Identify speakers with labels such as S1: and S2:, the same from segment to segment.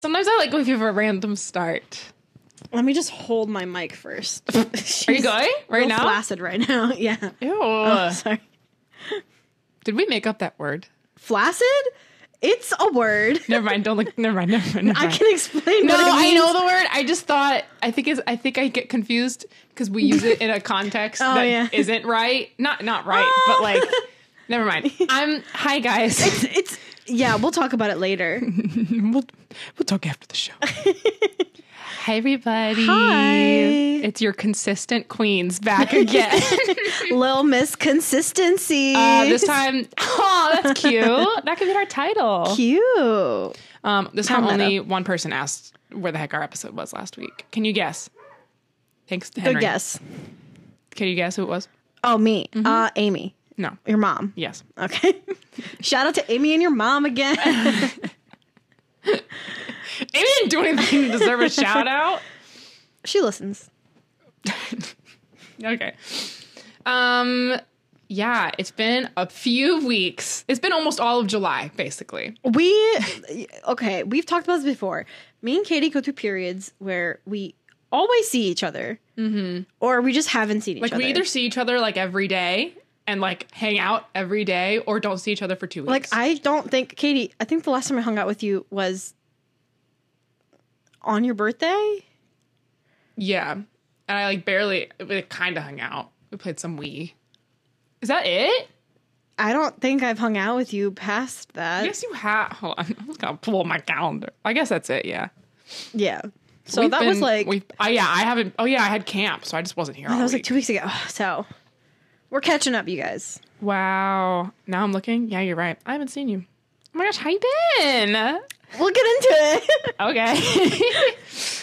S1: Sometimes I like when you have a random start.
S2: Let me just hold my mic first.
S1: Are you going right now? Uh.
S2: Flaccid right now. Yeah.
S1: Ew.
S2: Oh, sorry.
S1: Did we make up that word?
S2: Flaccid? It's a word.
S1: Never mind. Don't look. Never mind. Never mind. Never
S2: I
S1: mind.
S2: can explain.
S1: No,
S2: what it
S1: I
S2: means.
S1: know the word. I just thought. I think is. I think I get confused because we use it in a context
S2: Oh,
S1: that
S2: yeah.
S1: not right. Not not right,
S2: Ah!
S1: but like. Never mind. I'm. Hi guys.
S2: It's, it's yeah. We'll talk about it later.
S1: we'll we'll talk after the show. Hi everybody.
S2: Hi.
S1: It's your consistent queens back again.
S2: Little Miss Consistency.
S1: uh, this time. Oh, that's cute. That could be our title.
S2: cute.
S1: Um, this time
S2: How meta.
S1: only one person asked where the heck our episode was last week. Can you guess? Thanks, Henry.
S2: Good guess.
S1: Can you guess who it was?
S2: Oh, me.
S1: Mm-hmm.
S2: Uh, Amy.
S1: No.
S2: Your mom.
S1: Yes.
S2: Okay. Shout out to Amy and your mom again.
S1: Amy didn't do anything to deserve a shout out.
S2: she listens.
S1: Okay. Um. Yeah, it's been a few weeks. It's been almost all of July, basically.
S2: We okay, we've talked about this before. Me and Katie go through periods where we always see each other, mm-hmm. or we just haven't seen each
S1: Like
S2: other.
S1: we either see each other like every day and like hang out every day, or don't see each other for two
S2: like
S1: weeks.
S2: I don't think Katie. I think the last time I hung out with you was on your birthday.
S1: yeah, and I like barely, we kind of hung out. We played some Wii. Is that it?
S2: I don't think I've hung out with you past that.
S1: I guess you have. Hold on, I'm just gonna pull my calendar. I guess that's it. Yeah.
S2: Yeah. So
S1: We've
S2: that was
S1: been-
S2: like
S1: we. Oh yeah, I haven't. Oh yeah, I had camp, so I just wasn't here. All
S2: that was like
S1: week.
S2: two weeks ago. So we're catching up, you guys.
S1: Wow. Now I'm looking. Yeah, you're right. I haven't seen you. Oh my gosh, how you been?
S2: We'll get into it.
S1: Okay.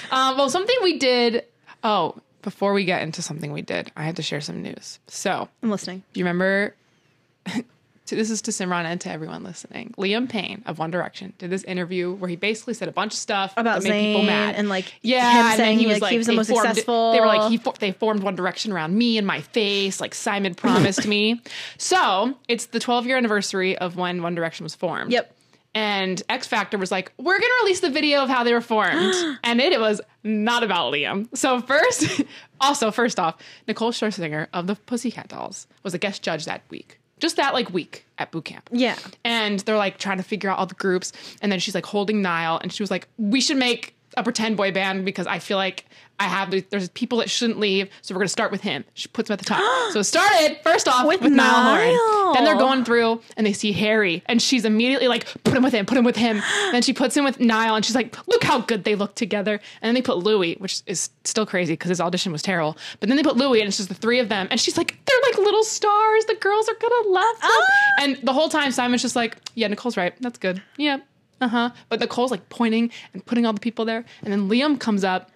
S1: um, well, something we did. Oh, before we get into something we did, I had to share some news. So,
S2: I'm listening.
S1: do you remember? to- this is to Simran and to everyone listening. Liam Payne of One Direction did this interview where he basically said a bunch of stuff
S2: About
S1: that made people
S2: Zayn
S1: mad
S2: and, like,
S1: yeah,
S2: him
S1: and then
S2: saying,
S1: he was
S2: like,
S1: like,
S2: he was the
S1: they
S2: most
S1: formed-
S2: successful.
S1: They were like he for- they formed One Direction around me and my face, like Simon promised me. So it's the 12 year anniversary of when One Direction was formed.
S2: Yep.
S1: And X Factor was like, we're gonna release the video of how they were formed, and it, was not about Liam. So first, also first off, Nicole Scherzinger of the Pussycat Dolls was a guest judge that week, just that like week at boot camp.
S2: Yeah.
S1: And they're like trying to figure out all the groups. And then she's like holding Niall and she was like, we should make a pretend boy band because I feel like I have, there's people that shouldn't leave. So we're going to start with him. She puts him at the top. so it started first off
S2: With
S1: with, Niall
S2: Niall.
S1: Horan. Then they're going through and they see Harry and she's immediately like, put him with him, put him with him. then she puts him with Niall and she's like, look how good they look together. And then they put Louis, which is still crazy because his audition was terrible. But then they put Louis and it's just the three of them. And she's like, they're like little stars. The girls are going to love them.
S2: Ah.
S1: And the whole time, Simon's just like, yeah, Nicole's right. That's good. Yeah. Uh huh. But Nicole's like pointing and putting all the people there. And then Liam comes up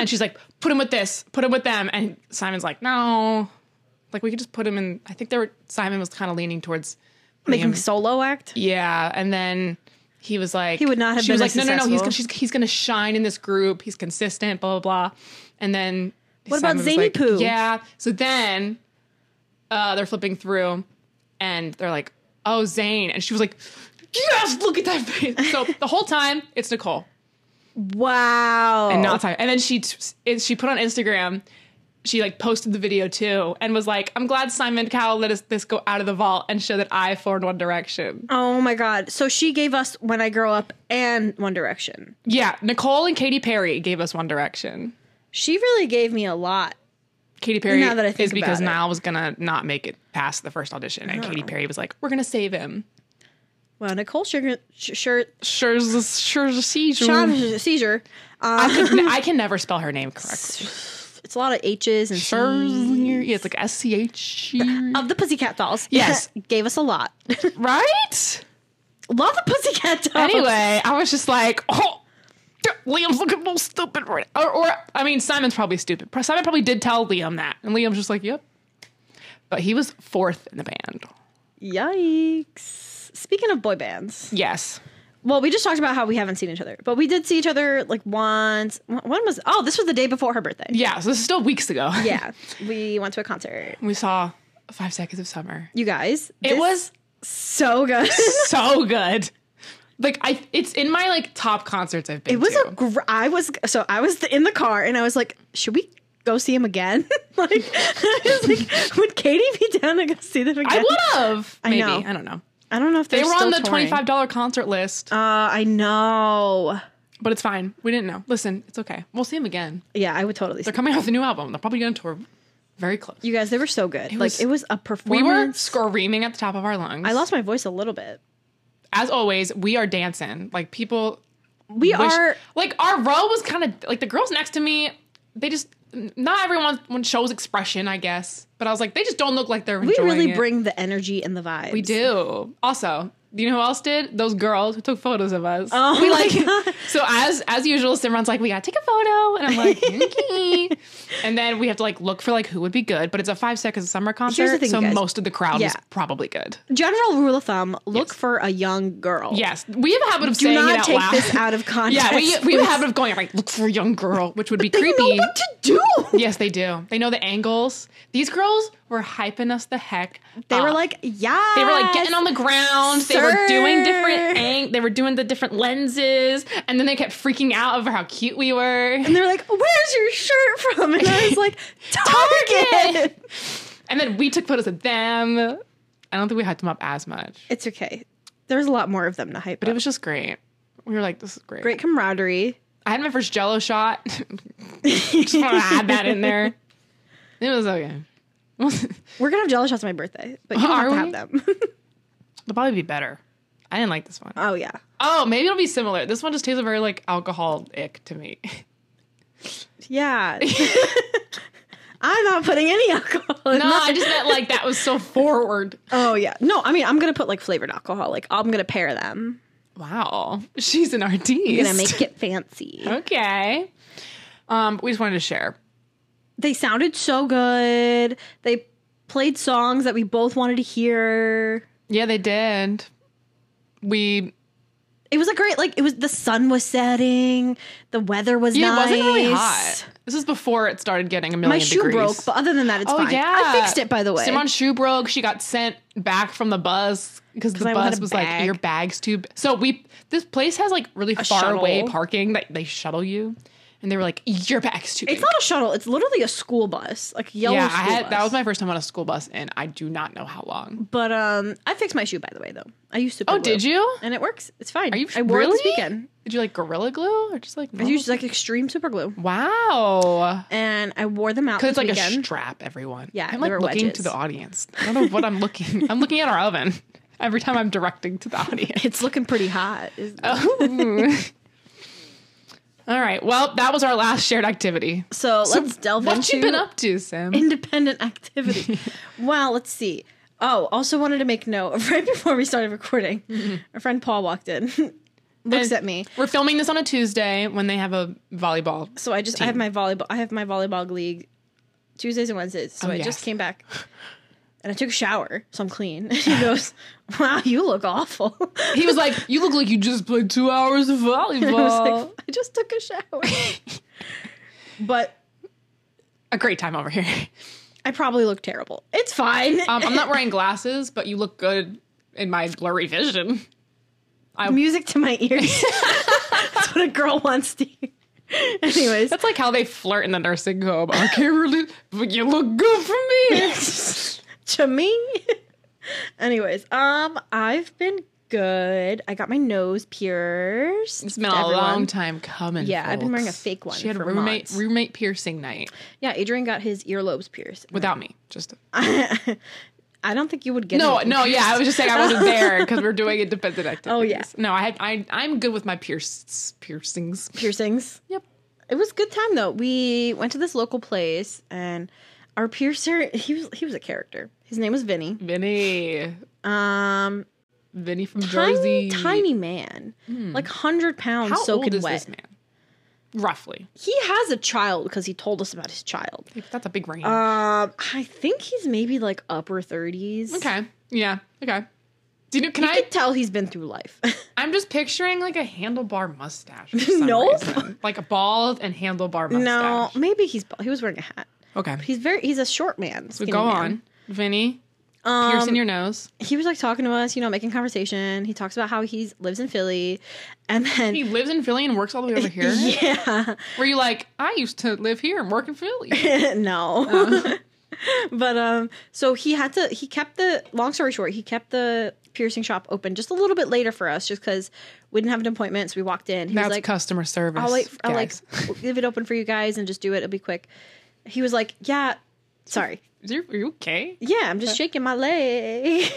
S1: and she's like, put him with this, put him with them. And Simon's like, no. Like, we could just put him in. I think there were, Simon was kind of leaning towards
S2: Make him
S1: Liam.
S2: solo act.
S1: Yeah, and then he was like,
S2: He would not have
S1: She
S2: been
S1: was
S2: as
S1: like, no, no, no. He's
S2: successful.
S1: gonna, she's, he's going to shine in this group. He's consistent. Blah blah blah. And then
S2: What about
S1: Simon was
S2: Zany
S1: like,
S2: Poo?
S1: Yeah. So then uh, they're flipping through, and they're like, oh Zane, and she was like, yes, look at that face. So the whole time it's Nicole
S2: Wow.
S1: and not Simon. And then she t- is- she put on Instagram. She like posted the video too, and was like, "I'm glad Simon Cowell let us this go out of the vault and show that I formed One Direction."
S2: Oh my god. So she gave us When I Grow Up and One Direction.
S1: Yeah, Nicole and Katy Perry gave us One Direction.
S2: She really gave me a lot.
S1: Katy Perry
S2: Now that I think
S1: is because
S2: about it. Oh.
S1: Niall was gonna not make it past the first audition, and Katy Perry was like, "We're gonna save him."
S2: Well, Nicole Sugar sh- shirt
S1: Sure, sure,
S2: Sean
S1: seizure.
S2: seizure.
S1: I
S2: Um,
S1: could- I can never spell her name correctly.
S2: it's a lot of H's and
S1: Sure,
S2: C's.
S1: yeah, it's like S C H. E
S2: of the Pussycat Dolls.
S1: Yes.
S2: gave us a lot.
S1: Right.
S2: Love the Pussycat Dolls.
S1: Anyway, I was just like, oh. Liam's looking a little stupid right or, or I mean Simon's probably stupid. Pro- Simon probably did tell Liam that. And Liam's just like, Yep. But he was fourth in the band.
S2: Yikes. Speaking of boy bands,
S1: Yes.
S2: well, we just talked about how we haven't seen each other, but we did see each other like once. When was? Oh, this was the day before her birthday.
S1: Yeah, so this is still weeks ago.
S2: Yeah, we went to a concert.
S1: We saw Five Seconds of Summer.
S2: You guys,
S1: It was
S2: so good.
S1: so good. like I it's in my like top concerts I've been.
S2: It was
S1: to.
S2: a gr- I was so I was in the car and I was like, should we go see him again? like I was like, would Katie be down to go see them again?
S1: I would have.
S2: I
S1: Maybe
S2: know.
S1: I don't know.
S2: I don't know if
S1: They
S2: they're
S1: were on
S2: still
S1: the
S2: touring.
S1: twenty-five dollar concert list,
S2: Uh, I know.
S1: but it's fine. We didn't know. Listen, it's okay. We'll see them again.
S2: Yeah, I would totally. See.
S1: They're coming out with a new album. They're probably going to tour very close.
S2: You guys, they were so good. like
S1: was-
S2: it was a
S1: We
S2: performance.
S1: were screaming at the top of our lungs.
S2: I lost my voice a little bit.
S1: As always, we are dancing. Like people
S2: We
S1: wish-
S2: are.
S1: like our row was kind of like the girls next to me. They just not everyone one shows expression, I guess. But I was like, they just don't look like they're
S2: We
S1: enjoying
S2: really
S1: it.
S2: bring the energy and the vibe.
S1: We do. Also, do you know who else did? Those girls who took photos of us.
S2: Oh
S1: we
S2: my
S1: like
S2: God.
S1: so as as usual, Simran's like, we gotta take a photo, and I'm like, okay. and then we have to like look for like who would be good, but it's a five seconds of summer concert,
S2: the thing,
S1: so
S2: you guys.
S1: most of the crowd is
S2: Yeah.
S1: probably good.
S2: General rule of thumb: look for a young girl.
S1: Yes, we have a habit of
S2: Do
S1: saying it
S2: not
S1: out
S2: take
S1: loud.
S2: this out of context.
S1: yeah, we we have a
S2: please.
S1: habit of going like, look for a young girl, which would be
S2: They know
S1: creepy.
S2: what to do.
S1: Yes, they do. They know the angles. These girls were hyping us the heck.
S2: They were
S1: up.
S2: like, yeah.
S1: They were like getting on the ground. They were doing
S2: Sir.
S1: different ang- they were doing the different lenses and then they kept freaking out over how cute we were.
S2: And they were like, "Where's your shirt from?" And I was like, "Target."
S1: Target. And then we took photos of them. I don't think we hyped them up as much.
S2: it's okay. There's a lot more of them to hype.
S1: But
S2: up.
S1: it was just great. We were like, this is great.
S2: great camaraderie.
S1: I had my first jello shot. just want to add that in there. It was okay. It'll
S2: We're gonna have jello shots on my birthday, but you don't
S1: Are
S2: have to
S1: we?
S2: have them.
S1: probably be better. I didn't like this one.
S2: oh yeah.
S1: Oh, maybe it'll be similar. This one just tastes very like alcoholic to me.
S2: Yeah. I'm not putting any alcohol. in
S1: No, I
S2: nothing.
S1: just meant like that was so forward.
S2: Oh yeah. No, I mean I'm gonna put like flavored alcohol. Like I'm gonna pair them.
S1: Wow, she's an artiste.
S2: I'm gonna make it fancy.
S1: okay. Um, we just wanted to share.
S2: They sounded so good. They played songs that we both wanted to hear.
S1: Yeah, they did. We
S2: It was a great like it was the sun was setting, the weather was
S1: yeah,
S2: nice.
S1: it wasn't really hot. This is before it started getting a million.
S2: My shoe
S1: degrees.
S2: broke, but other than that, it's
S1: oh
S2: fine.
S1: yeah,
S2: I fixed it by the way.
S1: Simran's shoe broke. She got sent back from the bus because the
S2: I wanted
S1: bus
S2: a
S1: was
S2: bag.
S1: like your bag's too. b-" So we this place has like really far away
S2: shuttle.
S1: parking that they shuttle you, and they were like your bag's too.
S2: it's
S1: big."
S2: not a shuttle. It's literally a school bus, like yellow
S1: yeah, I
S2: school
S1: had,
S2: bus.
S1: that was my first time on a school bus, and I do not know how long.
S2: But um, I fixed my shoe by the way though. I used super.
S1: Oh, did you?
S2: And it works. It's fine.
S1: Are you
S2: I wore it this
S1: really?
S2: weekend.
S1: Did you like gorilla glue or just like?
S2: I used like extreme super glue,
S1: wow,
S2: and I wore them out
S1: because
S2: this
S1: it's like
S2: weekend.
S1: a strap. Everyone.
S2: Yeah,
S1: I'm
S2: they
S1: like
S2: were
S1: looking
S2: wedges.
S1: to the audience. I don't know what I'm looking. I'm looking at our oven every time I'm directing to the audience.
S2: it's looking pretty hot. isn't it?
S1: Uh, All right. Well, that was our last shared activity.
S2: so let's delve
S1: what
S2: into
S1: you been up to, Sim?
S2: independent activity. well, let's see. Oh, also wanted to make note right before we started recording, our friend Paul walked in, looks
S1: Mm-hmm. And-
S2: at me.
S1: We're filming this on a Tuesday when they have a volleyball.
S2: So I just I have my volleyball I have my volleyball league Tuesdays and Wednesdays. So
S1: Oh,
S2: I just
S1: yes.
S2: came back and I took a shower, so I'm clean. he goes, "Wow, you look awful."
S1: He was like, "You look like you just played two hours of
S2: I
S1: volleyball."
S2: was like, "I just took a shower," but
S1: a great time over here.
S2: I probably look terrible. It's fine.
S1: Um, I'm not wearing glasses, but you look good in my blurry vision.
S2: Music to my ears. That's what a girl wants to hear. Anyways,
S1: That's like how they flirt in the nursing home. I can't really, but you look good for me.
S2: to me. Anyways, um, I've been good. I got my nose pierced.
S1: It's been a
S2: Everyone-
S1: long time coming.
S2: Yeah, I've been wearing a
S1: folks.
S2: fake one
S1: She had
S2: for
S1: roommate
S2: months.
S1: roommate piercing night
S2: Yeah, Adrian got his earlobes pierced.
S1: without me. Just
S2: I don't think you would get
S1: no,
S2: anything.
S1: no. Yeah, I was just saying I wasn't there because we're doing independent activities.
S2: Oh, yeah.
S1: No, I had I I'm good with my pierce piercings.
S2: piercings.
S1: Yep.
S2: It was a good time though. We went to this local place and our piercer he was he was a character. His name was Vinny.
S1: Vinny,
S2: Um
S1: Vinny from
S2: tiny,
S1: Jersey. Hmm.
S2: tiny man. Like hundred pounds
S1: How old
S2: soaking
S1: is
S2: wet.
S1: this man? Roughly.
S2: He has a child because he told us about his child.
S1: That's a big range.
S2: Um I think he's maybe like upper thirties.
S1: Okay. Yeah. Okay. Do you know? Can
S2: You
S1: I?
S2: could tell he's been through life.
S1: I'm just picturing like a handlebar mustache. For some
S2: Nope.
S1: reason. Like a bald and handlebar
S2: no,
S1: mustache.
S2: maybe he's he was wearing a hat.
S1: Okay.
S2: He's very he's a short man.
S1: So
S2: skinny
S1: go
S2: man.
S1: on, Vinny. piercing your nose.
S2: he was like talking to us, you know, making conversation. He talks about how he lives in Philly, and then
S1: He lives in Philly and works all the way over here.
S2: yeah,
S1: Were you like, I used to live here and work in Philly?
S2: no.
S1: Oh.
S2: but um, so he had to. He kept the long story short. He kept the piercing shop open just a little bit later for us, just because we didn't have an appointment. So we walked in. He
S1: That's
S2: was like,
S1: customer service.
S2: I'll wait. I'll like
S1: guys.
S2: leave it open for you guys and just do it. It'll be quick. He was like, yeah. Sorry.
S1: Is there- are you okay?
S2: Yeah, I'm just shaking my leg.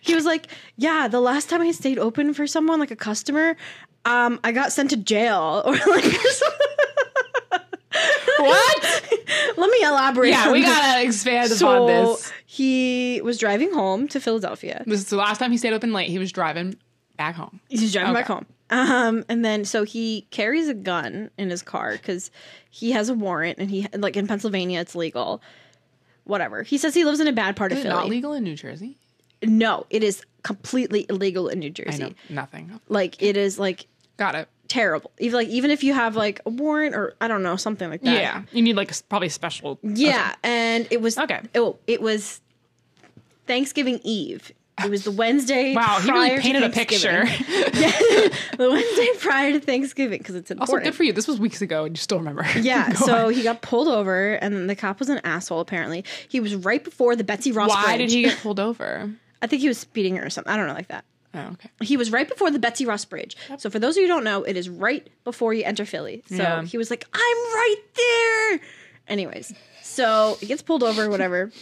S2: he was like, Yeah, the last time I stayed open for someone, like a customer, um, I got sent to jail or like
S1: What?
S2: Let me elaborate.
S1: yeah, we
S2: on this.
S1: gotta expand
S2: So
S1: upon this.
S2: he was driving home to Philadelphia.
S1: This is the last time he stayed open late. He was driving back home.
S2: He's driving
S1: Okay.
S2: back home. Um, and then so he carries a gun in his car because he has a warrant, and he like in Pennsylvania it's legal. Whatever. He says he lives in a bad part of
S1: Is it
S2: Philly.
S1: not legal in New Jersey?
S2: No, it is completely illegal in New
S1: I know
S2: Jersey.
S1: nothing.
S2: Like it is like
S1: Got it.
S2: terrible. Even like even if you have like a warrant or I don't know something like that.
S1: Yeah, you need like a, probably a special.
S2: yeah. And it was
S1: Okay.
S2: Oh, it was Thanksgiving Eve. It was the Wednesday.
S1: Wow, he really
S2: prior to
S1: painted a picture.
S2: Thanksgiving. the Wednesday prior to Thanksgiving because it's
S1: also,
S2: important.
S1: good for you. This was weeks ago, and you still remember.
S2: yeah,
S1: Go
S2: so
S1: on.
S2: he got pulled over, and then the cop was an asshole. Apparently, he was right before the Betsy Ross.
S1: why
S2: Bridge.
S1: did he get pulled over?
S2: I think he was speeding or something. I don't know, like that.
S1: Oh, okay.
S2: he was right before the Betsy Ross Bridge. So for those of you who don't know, it is right before you enter Philly. So
S1: Yeah.
S2: he was like, "I'm right there." Anyways, so he gets pulled over, whatever,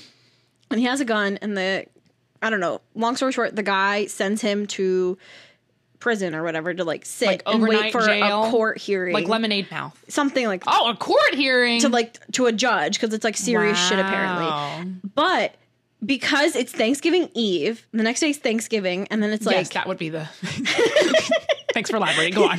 S2: and he has a gun. And the I don't know. Long story short, the guy sends him to prison or whatever to like sit
S1: Like
S2: and wait
S1: overnight
S2: for
S1: jail?
S2: a court hearing,
S1: Like lemonade mouth.
S2: something like
S1: Oh, a court hearing.
S2: to like to a judge because it's like serious shit apparently.
S1: Wow.
S2: But because it's Thanksgiving Eve, the next day's Thanksgiving, and then it's like
S1: yes, that would be the. Thanks for elaborating. Go on.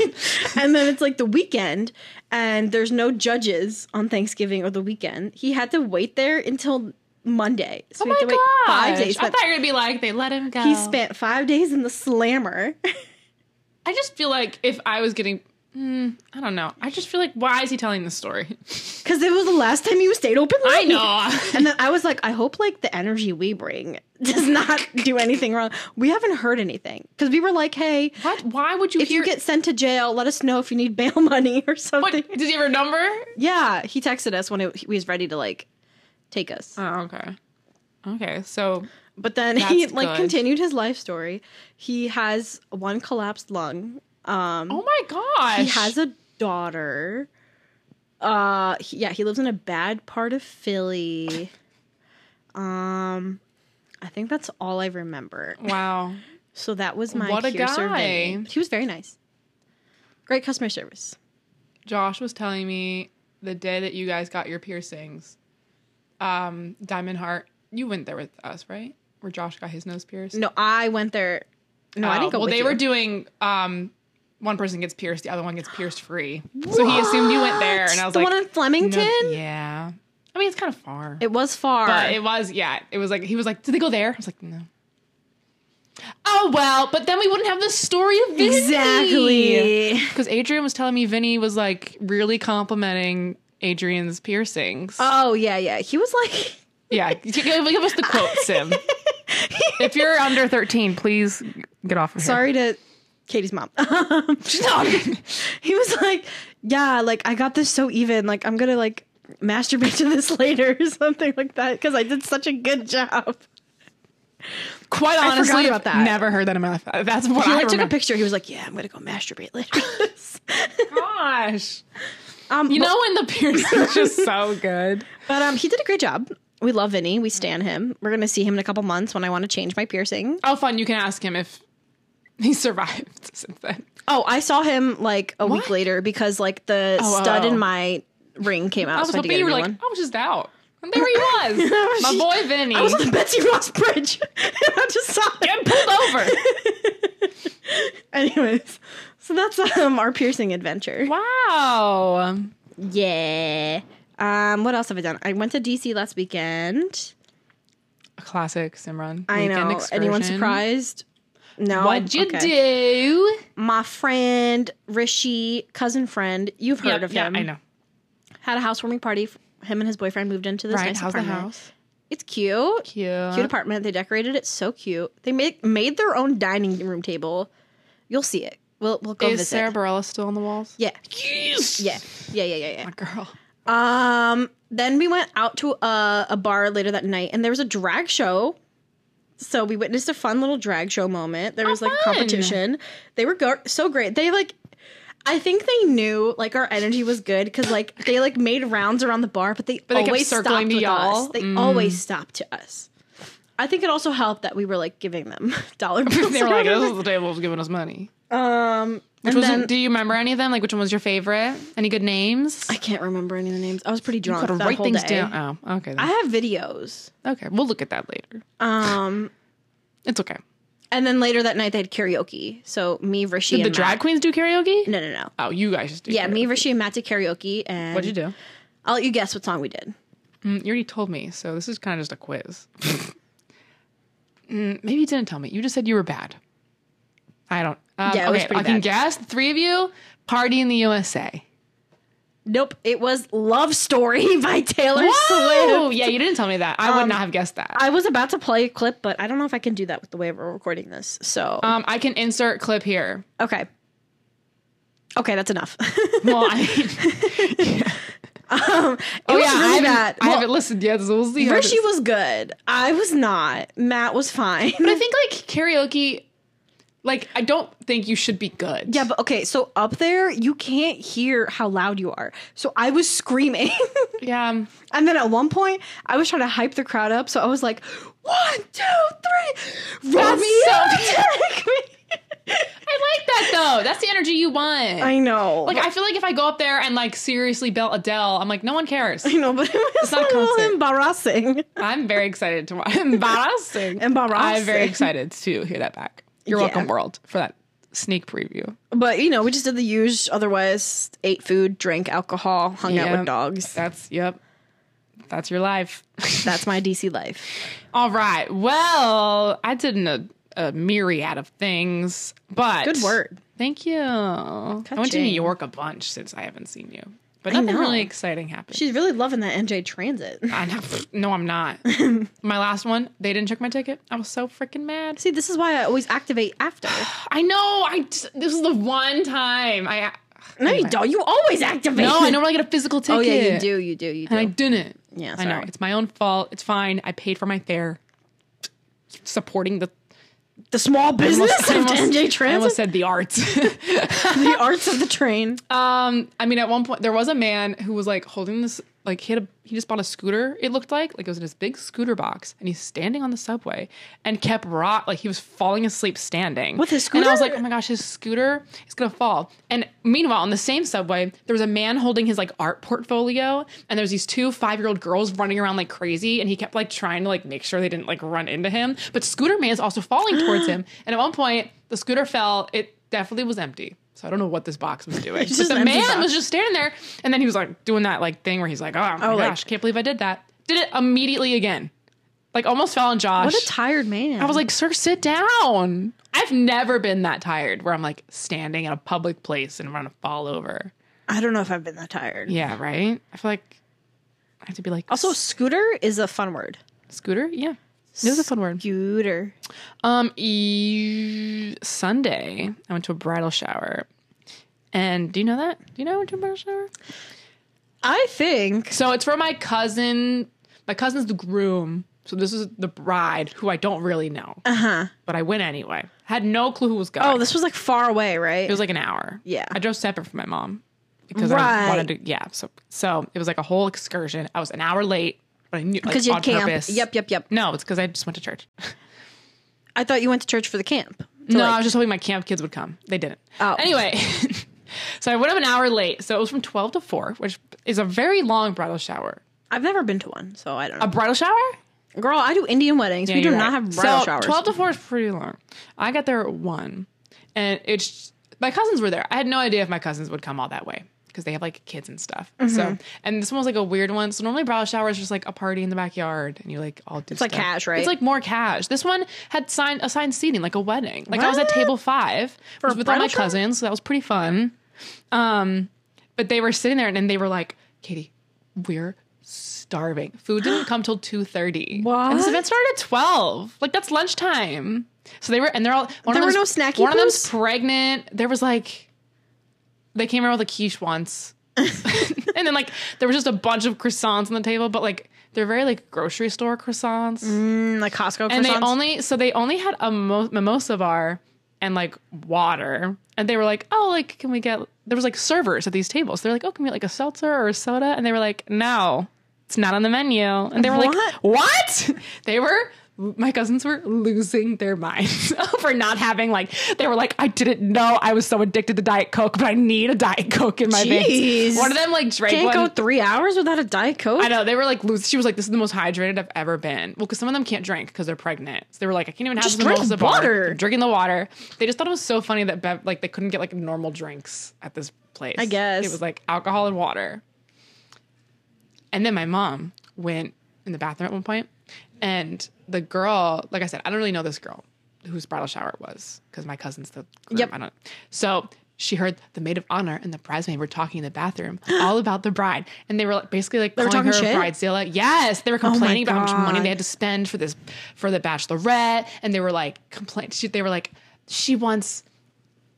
S2: and then it's like the weekend and there's no judges on Thanksgiving or the weekend. He had to wait there until Monday.
S1: Oh
S2: So he had
S1: my
S2: to wait five
S1: gosh.
S2: days.
S1: I
S2: But
S1: thought Oh. you were gonna be like they let him go.
S2: he spent five days in the slammer.
S1: I just feel like if I was getting, Hmm, I don't know. I just feel like why is he telling this story?
S2: Because it was the last time he stayed open
S1: I
S2: late.
S1: know.
S2: And then I was like, I hope like the energy we bring does not do anything wrong. We haven't heard anything. Because we were like, hey,
S1: what? Why would you
S2: if
S1: hear?
S2: you get sent to jail, let us know if you need bail money or
S1: what?
S2: something.
S1: Did you have a number?
S2: Yeah. He texted us when it, he was ready to like take us.
S1: Oh, okay. Okay, so
S2: But then he
S1: That's
S2: like
S1: good.
S2: continued his life story. He has one collapsed lung. Um,
S1: oh my gosh,
S2: he has a daughter. Uh, he- yeah, he lives in a bad part of Philly. Um, I think that's all I remember.
S1: wow.
S2: So that was my
S1: What a
S2: here survey.
S1: guy.
S2: But He was very nice. Great customer service.
S1: Josh was telling me the day that you guys got your piercings, um, Diamond Heart, you went there with us, right? Where Josh got his nose pierced.
S2: No, I went there. No, I
S1: Oh,
S2: didn't go.
S1: Well,
S2: with
S1: they
S2: you.
S1: were doing. Um, one person gets pierced, the other one gets pierced free. So he assumed you went there, and I was
S2: the
S1: like,
S2: one in
S1: "No,
S2: Flemington.
S1: yeah. I mean, it's kind of far.
S2: It was far.
S1: But it was, yeah. It was like he was like, did they go there? I was like, no. Oh well, but then we wouldn't have the story of Vinny.
S2: exactly.
S1: Because Adrian was telling me Vinny was like really complimenting Adrian's piercings.
S2: Oh yeah, yeah. He was like.
S1: yeah, g- give, give us the quote, Sim. if you're under 13, please get off of
S2: sorry to Katie's mom.
S1: here. Sorry.
S2: he was like, yeah, like I got this so even. Like I'm gonna like masturbate to this later or something like that because I did such a good job.
S1: Quite
S2: forgot
S1: honestly,
S2: about
S1: I've
S2: that.
S1: never heard that in my life. That's what
S2: He
S1: I
S2: like took a
S1: remember.
S2: picture. He was like, yeah, I'm gonna go masturbate later.
S1: Gosh,
S2: um,
S1: you
S2: but,
S1: know when the piercing's just so good.
S2: but um, he did a great job. We love Vinny. We stan him. We're gonna see him in a couple months when I want to change my piercing.
S1: Oh, fun! You can ask him if he survived since then.
S2: Oh, I saw him like a week
S1: What?
S2: later because like the
S1: Oh,
S2: stud
S1: oh, oh.
S2: in my ring came out.
S1: I was
S2: so I had to
S1: hoping
S2: get a
S1: you were
S2: new
S1: like,
S2: one.
S1: I was just out. And there he was. My
S2: She-
S1: boy Vinny.
S2: I was on the Betsy Ross Bridge. I just saw him.
S1: Get pulled over.
S2: Anyways, so that's um, our piercing adventure.
S1: wow.
S2: Yeah. Um, what else have I done? I went to DC last weekend.
S1: A classic Simran.
S2: I
S1: weekend
S2: know.
S1: excursion.
S2: Anyone surprised? No.
S1: What'd you
S2: Okay.
S1: do?
S2: My friend Rishi, cousin friend, you've heard
S1: Yep,
S2: of
S1: yeah,
S2: him.
S1: I know.
S2: Had a housewarming party. Him and his boyfriend moved into this
S1: Right?
S2: nice
S1: How's the
S2: apartment.
S1: house?
S2: It's cute.
S1: Cute.
S2: Cute apartment. They decorated it so cute. They made made their own dining room table. You'll see it. We'll we'll go
S1: Is
S2: visit.
S1: Sarah Bareilles still on the walls?
S2: yeah.
S1: Yes.
S2: Yeah. Yeah, yeah, yeah, yeah.
S1: My girl.
S2: Um, then we went out to a, a bar later that night, and there was a drag show. So we witnessed a fun little drag show moment. There was like a
S1: Oh, fun.
S2: competition. They were go- so great. They like, I think they knew like our energy was good because like they like made rounds around the bar, but they
S1: they kept
S2: always
S1: circling
S2: stopped
S1: to
S2: with
S1: y'all. Mm.
S2: us. They always stopped to us. I think it also helped that we were like giving them dollar bills.
S1: They were like, this is the table that's giving us money.
S2: um,
S1: Which
S2: and
S1: was
S2: then,
S1: do you remember any of them? Like, which one was your favorite? Any good names?
S2: I can't remember any of the names. I was pretty drunk.
S1: Gotta
S2: that
S1: write
S2: whole
S1: things
S2: day.
S1: down. Oh, okay.
S2: I
S1: Then.
S2: have videos.
S1: okay, we'll look at that later.
S2: Um,
S1: It's okay.
S2: And then later that night they had karaoke. So me, Rishi,
S1: Did
S2: and
S1: the drag
S2: Matt.
S1: queens do karaoke?
S2: No, no, no.
S1: Oh, you guys just do.
S2: Yeah,
S1: karaoke.
S2: me, Rishi, and Matt did karaoke. And
S1: What'd you do?
S2: I'll let you guess what song we did.
S1: Mm, you already told me, so this is kind of just a quiz. Mm, maybe you didn't tell me. You just said you were bad. I don't. Um,
S2: Yeah,
S1: yeah,
S2: it was
S1: okay,
S2: pretty
S1: I can
S2: bad.
S1: guess. The three of you, "Party in the USA."
S2: Nope, it was "Love Story" by Taylor
S1: Whoa!
S2: Swift.
S1: Yeah, you didn't tell me that. I
S2: Um,
S1: would not have guessed that.
S2: I was about to play a clip, but I don't know if I can do that with the way we're recording this. So
S1: um, I can insert clip here.
S2: okay, okay, that's enough.
S1: Well, I mean,
S2: Um, it
S1: oh
S2: was
S1: yeah, I
S2: really
S1: haven't,
S2: bad.
S1: I
S2: Well,
S1: haven't listened yet, so we'll see. how
S2: Rishi
S1: this-
S2: was good. I was not. Matt was fine.
S1: But I think like karaoke, like I don't think you should be good.
S2: Yeah, but okay, so up there you can't hear how loud you are. So I was screaming.
S1: yeah. um,
S2: And then at one point, I was trying to hype the crowd up, so I was like, one, two, three,
S1: That's
S2: Romeo,
S1: so-
S2: take me.
S1: I like that though. That's the energy you want.
S2: I know.
S1: like I feel like if I go up there and like seriously belt Adele, I'm like no one cares.
S2: I know, but it was
S1: not
S2: a
S1: a
S2: little
S1: concert.
S2: embarrassing.
S1: I'm very excited to watch. Embarrassing. I'm very
S2: Embarrassing.
S1: excited to hear that back. You're
S2: Yeah.
S1: welcome, world, for that sneak preview.
S2: But, you know, we just did the use. Otherwise, ate food, drank alcohol, hung out
S1: Yep.
S2: with dogs.
S1: That's yep. That's your life.
S2: That's my DC life.
S1: All right. Well, I did a, a myriad of things, but
S2: Good word.
S1: Thank you. I went to New
S2: Ka-ching.
S1: York a bunch since I haven't seen you, but
S2: I
S1: nothing
S2: know.
S1: really exciting happened.
S2: She's really loving that NJ Transit.
S1: I know. No, I'm not. my last one, they didn't check my ticket. I was so freaking mad.
S2: See, this is why I always activate after.
S1: I know. I just, this is the one time I
S2: No, you don't. You always activate.
S1: no. I normally get a physical ticket.
S2: Oh, yeah, you do. You do. You do.
S1: and I didn't.
S2: Yeah,
S1: I know.
S2: sorry.
S1: It's my own fault. It's fine. I paid for my fare. Supporting the
S2: the small business
S1: I
S2: of NJ
S1: I almost
S2: Transit.
S1: said the arts.
S2: the arts of the train.
S1: um, I mean, at one point there was a man who was like holding this, like he had a, he just bought a scooter. It looked like like it was in his big scooter box, and he's standing on the subway and kept rock like he was falling asleep standing
S2: With his
S1: And I was
S2: scooter?
S1: like, oh my gosh, his scooter is gonna fall. And meanwhile, on the same subway, there was a man holding his like art portfolio, and there's these two five year old girls running around like crazy, and he kept like trying to like make sure they didn't like run into him. But Scooter Man is also falling towards him, and at one point, the scooter fell. It definitely was empty. So I don't know what this box was doing.
S2: It's
S1: but
S2: just
S1: the
S2: an empty
S1: man
S2: box.
S1: was just standing there, and then he was like doing that like thing where he's like, "Oh my
S2: Oh, like-
S1: gosh, can't believe I did that." Did it immediately again, like almost fell on Josh.
S2: What a tired man.
S1: I was like, sir, sit down. I've never been that tired where I'm like standing in a public place and I'm gonna fall over.
S2: I don't know if I've been that tired.
S1: Yeah, right? I feel like I have to be like
S2: Also, scooter is a fun word.
S1: scooter? Yeah. This is a fun word.
S2: Scooter.
S1: Um e- Sunday, I went to a bridal shower. And do you know that? Do you know I went to a bridal shower?
S2: I think.
S1: So it's for my cousin. My cousin's the groom. So this is the bride who I don't really know.
S2: Uh huh.
S1: But I went anyway. Had no clue who was going.
S2: Oh, this was like far away, right?
S1: It was like an hour.
S2: Yeah.
S1: I drove separate from my mom because
S2: Right.
S1: I wanted to. Yeah. So so it was like a whole excursion. I was an hour late, but I knew like,
S2: because you
S1: on
S2: had camp.
S1: purpose.
S2: Yep, yep, yep.
S1: No, it's because I just went to church.
S2: I thought you went to church for the camp. To,
S1: No,
S2: like-
S1: I was just hoping my camp kids would come. They didn't.
S2: Oh.
S1: Anyway, so I went up an hour late. So it was from twelve to four, which is a very long bridal shower.
S2: I've never been to one, so I don't
S1: A
S2: know.
S1: bridal shower?
S2: Girl, I do Indian weddings. we
S1: Yeah,
S2: do
S1: you're
S2: not
S1: right.
S2: have bridal
S1: so,
S2: showers.
S1: 12 to 4 is pretty long. I got there at 1. And it's my cousins were there. I had no idea if my cousins would come all that way because they have like kids and stuff.
S2: Mm-hmm.
S1: So, and this one was like a weird one. So, normally, bridal shower is just like a party in the backyard and you like all do It's
S2: like cash, right?
S1: It's like more cash. This one had sign, assigned seating, like a wedding. Like I was at
S2: What?
S1: table five For
S2: a
S1: with all my
S2: bridal shower?
S1: cousins. So, that was pretty fun. Um, but they were sitting there and, and they were like, Katie, we're starving. Food didn't come till two thirty.
S2: What?
S1: And this event started at twelve. Like that's lunchtime. So they were, and they're all. One
S2: There
S1: of
S2: were
S1: them's-
S2: no snacky
S1: One of them's
S2: poops?
S1: pregnant. There was like, they came around with a quiche once, and then like there was just a bunch of croissants on the table, but like they're very like grocery store croissants,
S2: Mm, like Costco
S1: and they
S2: croissants.
S1: only so they only had a mo- mimosa bar and like water, and they were like, oh, like can we get? There was like servers at these tables. They're like, oh, can we get like a seltzer or a soda? And they were like, no, it's not on the menu. And they were like,
S2: What?
S1: what? They were. My cousins were losing their minds over not having like they were like I didn't know I was so addicted to Diet Coke, but I need a Diet Coke in my veins.
S2: Jeez.
S1: One of them like drank
S2: can't
S1: one.
S2: go three hours without a diet coke.
S1: I know they were like loose. She was like, "This is the most hydrated I've ever been." Well, because some of them can't drink because they're pregnant. So they were like, "I can't even have
S2: Just
S1: this
S2: drink
S1: mimosa bar."
S2: water.
S1: They're Drinking the water. They just thought it was so funny that Bev, like they couldn't get like normal drinks at this place. I
S2: guess.
S1: it was like alcohol and water. And then my mom went in the bathroom at one point, and the girl, like I said, I don't really know this girl whose bridal shower it was because my cousin's the groom.
S2: Yep.
S1: I don't. So she heard the maid of honor and the bridesmaid were talking in the bathroom all about the bride, and they were like, basically like
S2: were
S1: calling her
S2: talking
S1: a
S2: shit? Oh
S1: bridezilla. Yes, they were complaining about how much money
S2: God.
S1: they had to spend for this for the bachelorette, and they were like complain. She, they were like, she wants.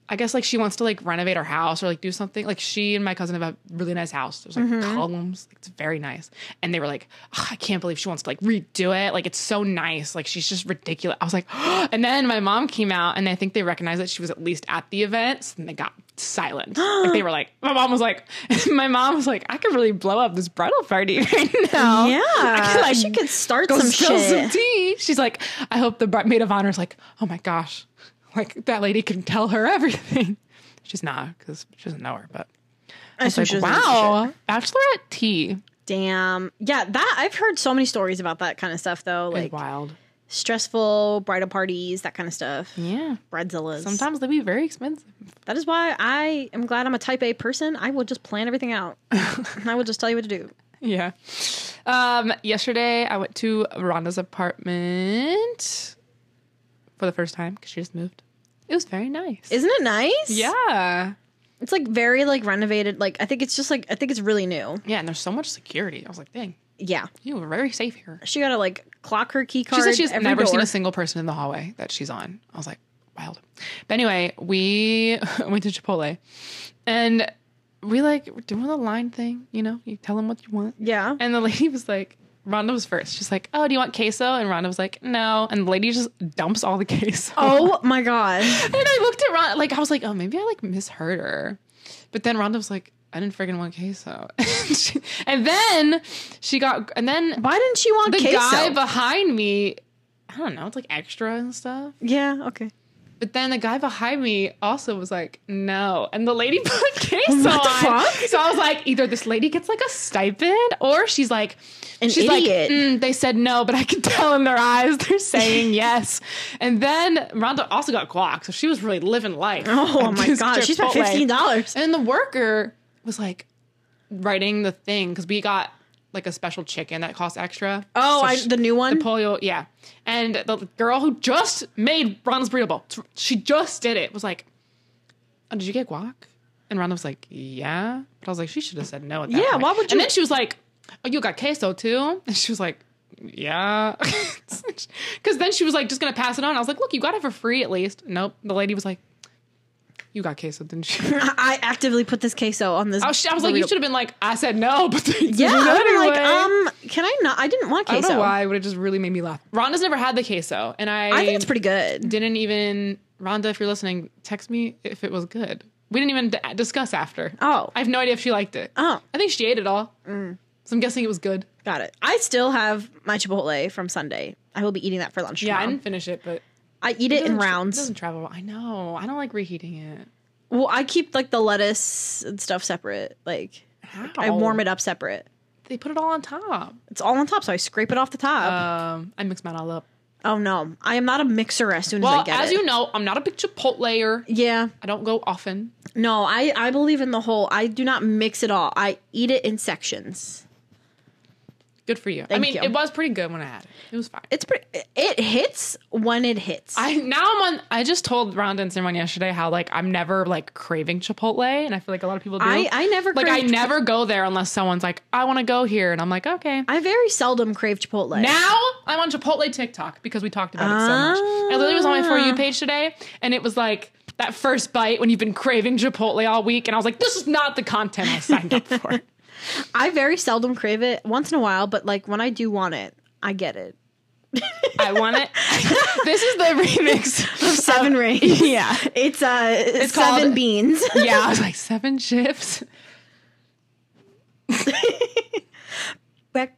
S1: I guess like she wants to like renovate her house or like do something. Like she and my cousin have a really nice house. There's like columns. It's very nice. And they were like, "Ugh, I can't believe she wants to like redo it. Like it's so nice. Like she's just ridiculous. I was like, and then my mom came out and I think they recognized that she was at least at the event. So then they got silent. like they were like, my mom was like, my mom was like, I could really blow up this bridal party right now.
S2: yeah,
S1: I could like
S2: she could start
S1: go
S2: some
S1: spill
S2: shit.
S1: some tea. She's like, I hope the bri- maid of honor's like, oh my gosh, like that lady can tell her everything. She's not because she doesn't know her, but
S2: I
S1: it's like,
S2: assume she doesn't know
S1: wow, bachelorette tea
S2: shit. Damn. Yeah, that I've heard so many stories about that kind of stuff though,
S1: is
S2: like
S1: wild.
S2: stressful bridal parties, that kind of stuff.
S1: Yeah,
S2: Bridezillas.
S1: sometimes they be very expensive.
S2: That is why I am glad I'm a type A person. I will just plan everything out. and I will just tell you what to do.
S1: Yeah. Um, yesterday I went to Rhonda's apartment for the first time because she just moved. It was very nice.
S2: Isn't it nice?
S1: yeah.
S2: It's like very like renovated. Like I think it's just like I think it's really new.
S1: Yeah, and there's so much security. I was like, dang,
S2: Yeah.
S1: you were very safe here.
S2: She got to like clock her key card.
S1: She said she's
S2: every
S1: never
S2: door.
S1: seen a single person in the hallway that she's on. I was like, wild. But anyway, we went to Chipotle and we like were doing the line thing, you know, you tell them what you want.
S2: Yeah.
S1: And the lady was like, Rhonda was first. She's like, Oh, do you want queso? And Rhonda was like, No. And the lady just dumps all the queso.
S2: oh my god.
S1: And I looked at Rhonda, like, I was like, Oh, maybe I like misheard her. But then Rhonda was like, I didn't freaking want queso. and, she- and then she got, and then
S2: Why didn't she want
S1: the
S2: queso?
S1: guy behind me, I don't know, it's like extra and stuff.
S2: yeah. Okay.
S1: But then the guy behind me also was like, no. And the lady put queso
S2: What the
S1: on.
S2: fuck?
S1: So I was like, either this lady gets like a stipend or she's like,
S2: An
S1: she's
S2: idiot.
S1: like, "Mm, they said no, but I could tell in their eyes they're saying yes. And then Rhonda also got guac. So she was really living life.
S2: Oh
S1: at
S2: my
S1: this
S2: god. She spent
S1: Chipotle.
S2: fifteen dollars.
S1: And the worker was like writing the thing because we got like a special chicken that costs extra.
S2: Oh,
S1: So
S2: I,
S1: she-
S2: the new one.
S1: the polio, yeah. And the girl who just made Ronda's burrito bowl, she just did it, was like, oh, did you get guac? And Ronda was like, yeah. But I was like, she should have said no at that
S2: Yeah,
S1: point.
S2: why would
S1: And
S2: you-
S1: then she was like, oh, you got queso too? And she was like, yeah. Because then she was like, just going to pass it on. I was like, look, you got it for free at least. Nope. The lady was like, you got queso, didn't you?
S2: I I actively put this queso on this.
S1: I was, I was like, you
S2: burrito.
S1: should have been like, I said no, but they did
S2: Yeah,
S1: it
S2: I
S1: anyway.
S2: was like, um, can I not? I didn't want
S1: I
S2: queso.
S1: don't know why, but it just really made me laugh. Rhonda's never had the queso, and I,
S2: I think it's pretty good.
S1: didn't even Rhonda, if you're listening, text me if it was good. We didn't even d- discuss after.
S2: Oh.
S1: I have no idea if she liked it.
S2: Oh. Mm.
S1: I think she ate it all. So I'm guessing it was good.
S2: Got it. I still have my Chipotle from Sunday. I will be eating that for lunch.
S1: Yeah, I
S2: tomorrow.
S1: didn't finish it, but
S2: I eat it in
S1: doesn't- It
S2: rounds.
S1: doesn't travel. well. I know. I don't like reheating it.
S2: Well, I keep like the lettuce and stuff separate. Like
S1: How?
S2: I warm it up separate.
S1: They put it all on top.
S2: It's all on top, so I scrape it off the top.
S1: Um, I mix mine all up.
S2: oh no, I am not a mixer. As soon as
S1: Well,
S2: I get
S1: as
S2: it,
S1: you know, I'm not a big Chipotleer.
S2: yeah,
S1: I don't go often.
S2: no, I I believe in the whole. I do not mix it all. I eat it in sections.
S1: Good for you. I
S2: Thank
S1: mean,
S2: you.
S1: it was pretty good when I had it. It was fine.
S2: It's pretty. It hits when it hits.
S1: I now I'm on. I just told Rhonda and someone yesterday how like I'm never like craving Chipotle, and I feel like a lot of people do.
S2: I- I never
S1: like I
S2: crave Chipotle.
S1: never go there unless someone's like I want to go here, and I'm like okay.
S2: I very seldom crave Chipotle.
S1: Now I'm on Chipotle TikTok because we talked about it so much. I literally was on my For
S2: Ah.
S1: You page today and it was like that first bite when you've been craving Chipotle all week. And I was like, this is not the content I signed up for.
S2: I very seldom crave it. Once in a while, but like when I do want it, I get it.
S1: I want it. this is the remix.
S2: Seven rings.
S1: Yeah.
S2: It's uh seven
S1: called-
S2: beans.
S1: Yeah. I was like, seven chips.
S2: Brec-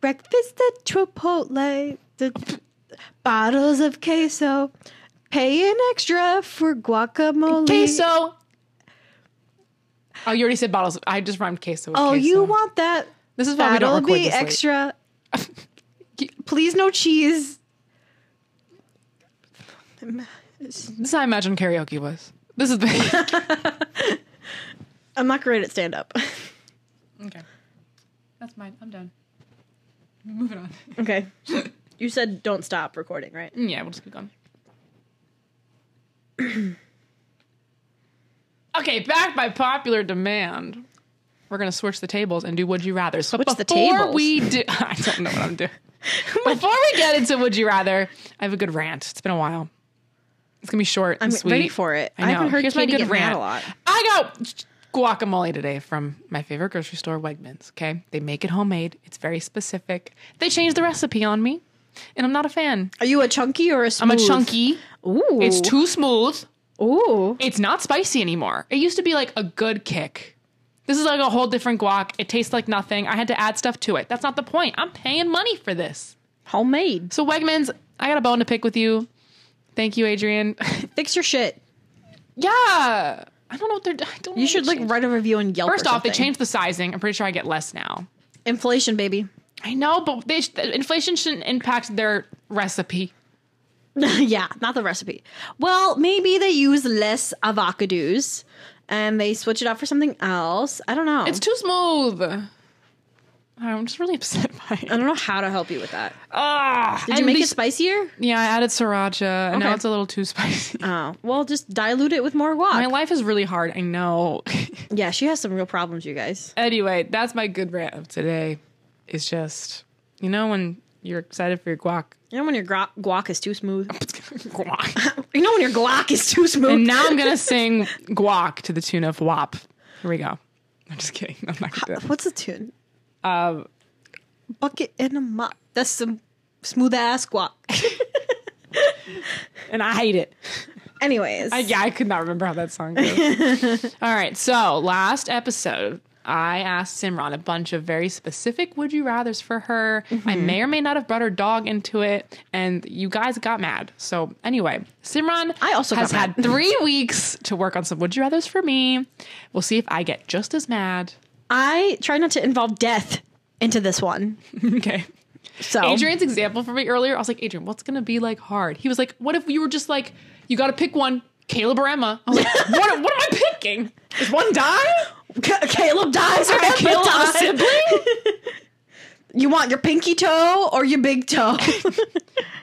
S2: breakfast at Chipotle. The bottles of queso. Pay an extra for guacamole.
S1: Queso. Oh, you already said bottles. Of, I just rhymed queso. With
S2: Oh,
S1: queso.
S2: you want that?
S1: This is why we don't
S2: That'll
S1: record
S2: be
S1: this late.
S2: extra. Please no cheese.
S1: This is how I imagine karaoke was. This is the.
S2: I'm not great at stand up.
S1: okay. That's mine. I'm done. Moving on.
S2: Okay. you said don't stop recording, right?
S1: Mm, Yeah, we'll just keep going. okay, back by popular demand. We're gonna switch the tables and do Would You Rather. Switch
S2: Switch the tables?
S1: we do, I don't know what I'm doing. before we get into Would You Rather, I have a good rant. It's been a while. It's gonna be short.
S2: I'm
S1: and sweet.
S2: ready for it. I,
S1: know.
S2: haven't heard
S1: Here's
S2: Katie
S1: my good
S2: get
S1: rant.
S2: mad a lot.
S1: I got guacamole today from my favorite grocery store, Wegmans. Okay, they make it homemade. It's very specific. They changed the recipe on me, and I'm not a fan.
S2: Are you a chunky or a
S1: I'm
S2: smooth?
S1: a chunky.
S2: Ooh.
S1: It's too smooth.
S2: Ooh.
S1: It's not spicy anymore. It used to be like a good kick. This is like a whole different guac. It tastes like nothing. I had to add stuff to it. That's not the point. I'm paying money for this.
S2: Homemade.
S1: So Wegmans, I got a bone to pick with you. Thank you, Adrian.
S2: Fix your shit.
S1: yeah. I don't know what they're I don't know
S2: You should
S1: what
S2: like
S1: they
S2: write a review on Yelp.
S1: First
S2: or
S1: off, they
S2: something.
S1: changed the sizing. I'm pretty sure I get less now.
S2: inflation, baby.
S1: I know, but they, sh- inflation shouldn't impact their recipe.
S2: yeah, not the recipe. Well, maybe they use less avocados and they switch it out for something else. I don't know.
S1: It's too smooth. I'm just really upset by
S2: I
S1: it.
S2: don't know how to help you with that.
S1: Ah,
S2: Did you make it spicier?
S1: Yeah, I added sriracha, and now
S2: Okay.
S1: it's a little too spicy.
S2: Oh, well, just dilute it with more guac.
S1: My life is really hard. I know.
S2: yeah, she has some real problems, you guys.
S1: anyway, that's my good rant of today. It's just, you know, when you're excited for your guac.
S2: You know when your guac, guac is too smooth.
S1: guac.
S2: You know when your guac is too smooth.
S1: And now I'm gonna sing guac to the tune of WAP. Here we go. I'm just kidding. I'm not gonna do
S2: What's the tune?
S1: that. Um,
S2: Bucket and a mop. That's some smooth ass guac.
S1: and I hate it.
S2: Anyways,
S1: I, yeah, I could not remember how that song goes. All right, so last episode, I asked Simran a bunch of very specific would you rather's for her. I may or may not have brought her dog into it, and you guys got mad. So anyway, Simran
S2: I also
S1: has
S2: got mad.
S1: had three weeks to work on some would you rather's for me. We'll see if I get just as mad.
S2: I try not to involve death into this one.
S1: okay.
S2: So
S1: Adrian's example for me earlier, I was like, Adrian, what's gonna be like hard? He was like, What if you were just like, you gotta pick one, Caleb or Emma? I was like, what, what am I picking? Is one die?
S2: Ca- Caleb dies or
S1: I
S2: Emma
S1: kill a
S2: dies.
S1: sibling?
S2: You want your pinky toe or your big toe?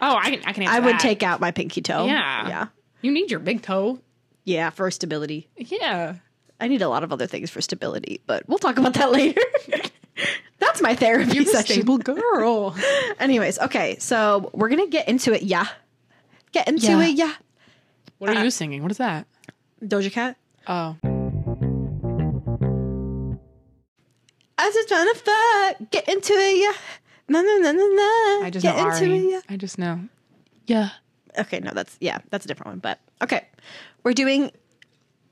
S1: Oh, I can. I can.
S2: I
S1: Answer
S2: would
S1: that.
S2: take out my pinky toe.
S1: Yeah.
S2: yeah,
S1: You need your big toe.
S2: yeah. For stability,
S1: Yeah.
S2: I need a lot of other things for stability, but we'll talk about that later. That's my therapy
S1: You're a
S2: session.
S1: stable girl.
S2: Anyways, okay, so we're gonna get into it. Yeah, get into
S1: Yeah.
S2: it. Yeah,
S1: what
S2: Uh,
S1: are you singing? What is that?
S2: Doja Cat.
S1: Oh,
S2: I just trying to fuck. Get into it. Yeah. No, no, no, no, no.
S1: I just
S2: get
S1: know
S2: into
S1: Ari.
S2: it. Yeah.
S1: I just know. Yeah.
S2: okay, no, that's yeah, that's a different one. But okay, we're doing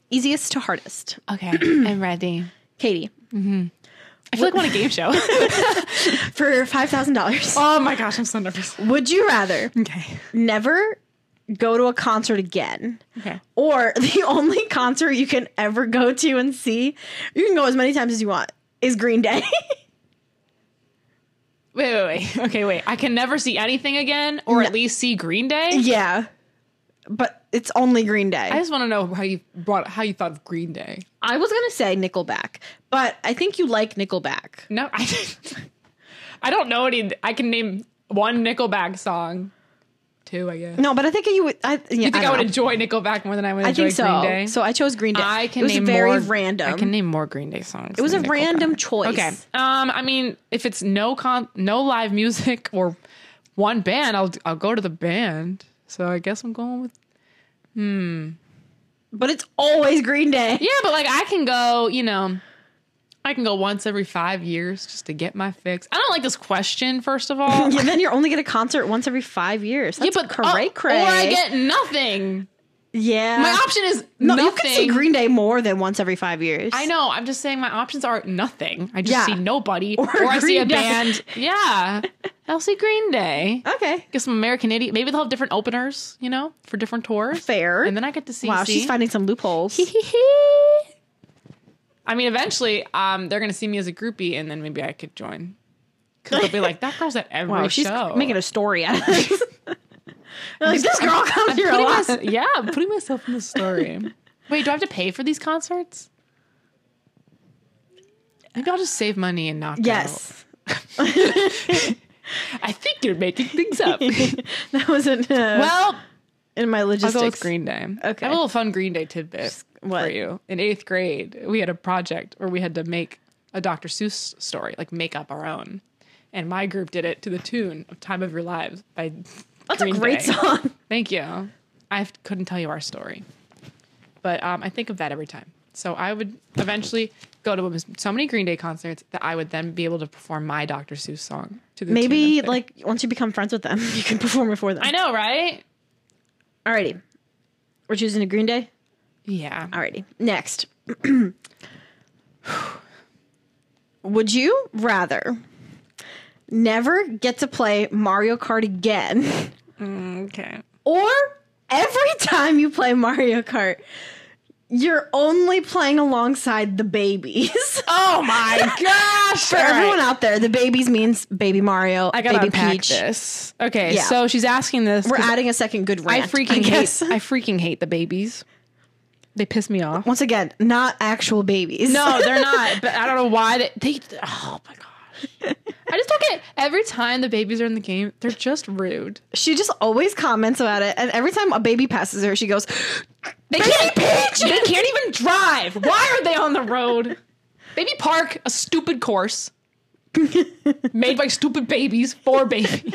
S2: easiest to hardest.
S1: Okay, I'm ready.
S2: Katie,
S1: I feel like on a game show.
S2: for five thousand dollars,
S1: oh my gosh, I'm so nervous.
S2: would you rather
S1: Okay.
S2: never go to a concert again,
S1: Okay.
S2: or the only concert you can ever go to and see, you can go as many times as you want, is Green Day?
S1: Wait, wait, wait. Okay, wait. I can never see anything again, or at least see Green Day.
S2: yeah, but it's only Green Day.
S1: I just want to know how you brought how you thought of Green Day.
S2: I was gonna say Nickelback, but I think you like Nickelback.
S1: No, I. I don't know any. I can name one Nickelback song. Two, I guess.
S2: No, but I think you would. I, yeah,
S1: You think I, would enjoy Nickelback more than I would
S2: I
S1: enjoy
S2: think so.
S1: Green Day?
S2: So I chose Green Day.
S1: I can
S2: It was
S1: name
S2: very
S1: more,
S2: random.
S1: I can name more Green Day songs. It
S2: was a random choice.
S1: Okay. Um, I mean, if it's no con, no live music or one band, I'll I'll go to the band. So I guess I'm going with
S2: but it's always Green Day.
S1: yeah. But like, I can go. You know, I can go once every five years just to get my fix. I don't like this question. First of all,
S2: Yeah, then you're only get a concert once every five years. That's cray
S1: oh,
S2: cray.
S1: or I get nothing.
S2: yeah.
S1: My option is
S2: no,
S1: nothing.
S2: you could see Green Day more than once every five years.
S1: I know. I'm just saying my options are nothing. I just
S2: Yeah.
S1: see nobody, or, I see
S2: Green
S1: a
S2: Day.
S1: band. Yeah, I'll see Green Day.
S2: Okay.
S1: Get some American Idiot. Maybe they'll have different openers, you know, for different tours.
S2: Fair.
S1: And then I get to see.
S2: wow,
S1: see.
S2: she's finding some loopholes.
S1: I mean, eventually, um, they're gonna see me as a groupie, and then maybe I could join. Because they'll be like, "That girl's at every
S2: wow, she's
S1: show."
S2: making a story out of this. like this girl comes here a
S1: Putting
S2: lot.
S1: mys- yeah, I'm putting myself in the story. Wait, do I have to pay for these concerts? Maybe I'll just save money and not. go.
S2: Yes.
S1: I think you're making things up.
S2: that wasn't uh,
S1: well,
S2: in my
S1: I'll
S2: logistics.
S1: go with Green Day. I have
S2: Okay.
S1: a little fun Green Day tidbit for
S2: what?
S1: you. In eighth grade, we had a project where we had to make a Dr. Seuss story, like make up our own. And my group did it to the tune of Time of Your Lives by
S2: That's
S1: Green
S2: a great
S1: Day.
S2: song.
S1: Thank you. I f- couldn't tell you our story, but um, I think of that every time. So I would eventually go to so many Green Day concerts that I would then be able to perform my Dr. Seuss song to the tune
S2: Maybe
S1: of it.
S2: like once you become friends with them, you can perform it for them.
S1: I know, right?
S2: Alrighty. We're choosing a Green Day?
S1: Yeah.
S2: Alrighty. Next. Would you rather never get to play Mario Kart again? Mm,
S1: Okay.
S2: Or every time you play Mario Kart, you're only playing alongside the babies.
S1: Oh my gosh!
S2: For everyone out there, the babies means baby Mario,
S1: I gotta
S2: baby
S1: unpack
S2: Peach.
S1: this. Okay,
S2: Yeah.
S1: so she's asking this.
S2: We're
S1: 'cause
S2: adding a second good
S1: I
S2: rant.
S1: freaking
S2: guess.
S1: hate. I freaking hate the babies. They piss me off.
S2: Once again, not actual babies.
S1: No, they're not. But I don't know why they, they. Oh my gosh! I just don't get. Every time the babies are in the game, they're just rude.
S2: she just always comments about it, and every time a baby passes her, she goes,
S1: They can't. They can't even drive. Why are they on the road? Baby Park, a stupid course made by stupid babies for babies.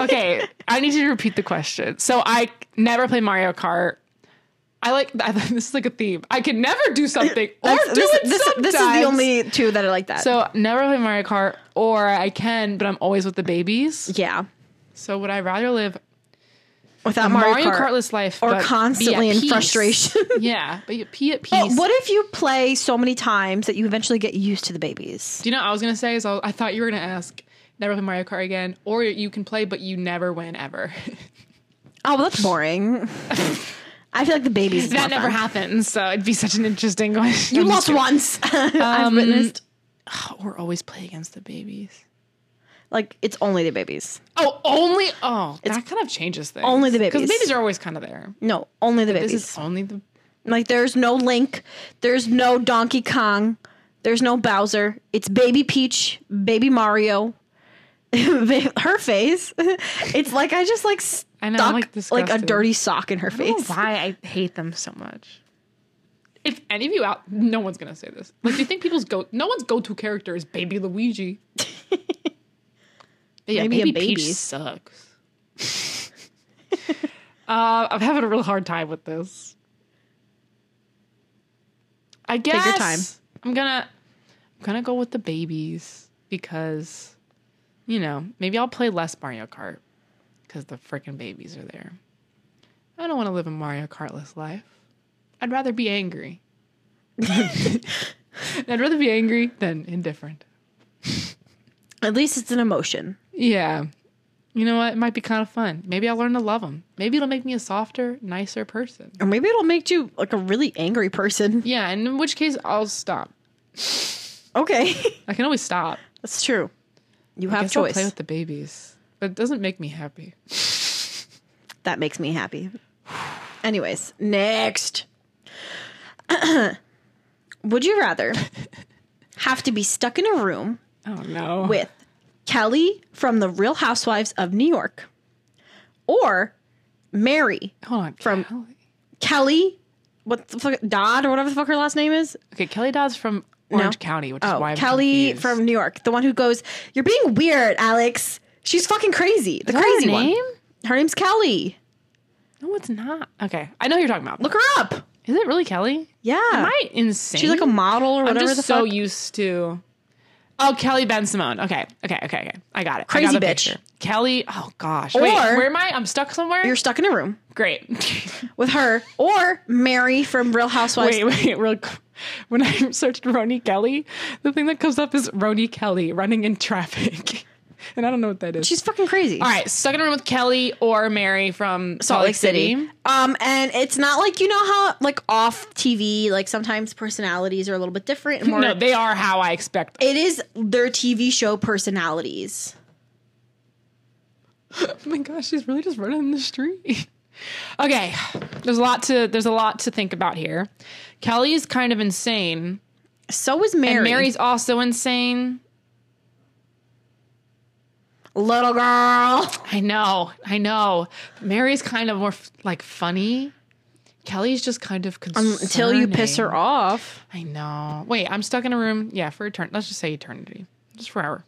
S1: Okay, I need you to repeat the question. So I never play Mario Kart. I like I, this is like a theme. I can never do something or
S2: That's-
S1: do
S2: this,
S1: it
S2: this,
S1: sometimes.
S2: this is the only two that are like that.
S1: So never play Mario Kart, or I can, but I'm always with the babies.
S2: yeah.
S1: So would I rather live
S2: Without Mario,
S1: Mario,
S2: Kart,
S1: Kartless life
S2: or
S1: but be at
S2: constantly in
S1: peace?
S2: frustration.
S1: Yeah, but you pee at peace.
S2: But what if you play so many times that you eventually get used to the babies?
S1: Do you know what I was gonna say? Is I, was- I thought you were gonna ask never play Mario Kart again, or you can play but you never win ever.
S2: Oh, well, that's boring. I feel like the babies. Is
S1: that
S2: more
S1: never
S2: fun.
S1: happens, so it'd be such an interesting question.
S2: You lost once.
S1: Um,
S2: I've witnessed.
S1: or always play against the babies.
S2: Like it's only the babies.
S1: Oh, only oh that kind of changes things.
S2: only the
S1: because
S2: babies.
S1: babies are always kind of there.
S2: No, only the
S1: This
S2: babies.
S1: is only the
S2: Like there's no Link, there's no Donkey Kong, there's no Bowser. It's Baby Peach, Baby Mario. her face. It's like I just like stuck
S1: I know, I'm, like,
S2: like a
S1: disgusted.
S2: dirty sock in her
S1: I don't
S2: face.
S1: know why I hate them so much. If any of you out, no one's gonna say this. Like, do you think people's go? No one's go-to character is Baby Luigi. yeah,
S2: Maybe a
S1: Baby
S2: baby.
S1: Peach sucks. uh, I'm having a real hard time with this. I guess
S2: your time.
S1: I'm gonna I'm gonna go with the babies because you know maybe I'll play less Mario Kart because the freaking babies are there. I don't want to live a Mario Kartless life. I'd rather be angry. I'd rather be angry than indifferent.
S2: At least it's an emotion.
S1: Yeah. You know what? It might be kind of fun. Maybe I'll learn to love them. Maybe it'll make me a softer, nicer person.
S2: Or maybe it'll make you like a really angry person.
S1: Yeah, and in which case I'll stop.
S2: Okay.
S1: I can always stop.
S2: That's true. You
S1: I
S2: have
S1: guess I'll
S2: choice.
S1: play with the babies. But it doesn't make me happy.
S2: that makes me happy. Anyways, next. Would you rather have to be stuck in a room
S1: Oh no.
S2: with Kelly from The Real Housewives of New York or Mary
S1: Hold on.
S2: from-
S1: Kelly.
S2: Kelly, what the fuck, Dodd or whatever the fuck her last name is.
S1: Okay, Kelly Dodd's from Orange
S2: No.
S1: County, which is
S2: Oh,
S1: why I'm
S2: Kelly
S1: confused.
S2: from New York, the one who goes, "You're being weird, Alex. She's fucking crazy." The
S1: Is that her
S2: crazy one.
S1: name?
S2: Her name's Kelly.
S1: No, it's not. Okay, I know who you're talking about.
S2: Look her up.
S1: is it really Kelly?
S2: Yeah,
S1: Am I insane?
S2: Uh, she's like a model or
S1: I'm
S2: whatever
S1: just
S2: the
S1: so
S2: fuck.
S1: used to. Oh, Kelly Ben Simone. Okay, okay, okay, okay. I got it. I
S2: Crazy
S1: got the
S2: bitch.
S1: picture. Kelly. Oh gosh. Wait,
S2: Or-
S1: where am I? I'm stuck somewhere.
S2: You're stuck in a room
S1: Great.
S2: with her or Mary from Real Housewives.
S1: wait, wait, real. qu- When I searched Roni Kelly, the thing that comes up is Roni Kelly running in traffic, and I don't know what that is.
S2: She's fucking crazy.
S1: All right, stuck in a room with Kelly or Mary from Salt Lake City.
S2: Um, and it's not like you know how like off TV, like sometimes personalities are a little bit different. and More,
S1: No, they are how I expect.
S2: it is their TV show personalities.
S1: Oh my gosh, she's really just running in the street. Okay, there's a lot to there's a lot to think about here. Kelly is kind of insane.
S2: So is Mary.
S1: And Mary's also insane.
S2: little girl.
S1: I know, I know. Mary's kind of more f- like funny. Kelly's just kind of concerning.
S2: Um, Until you piss her off.
S1: I know. Wait, I'm stuck in a room. Yeah, for eternity. Let's just say eternity, just forever.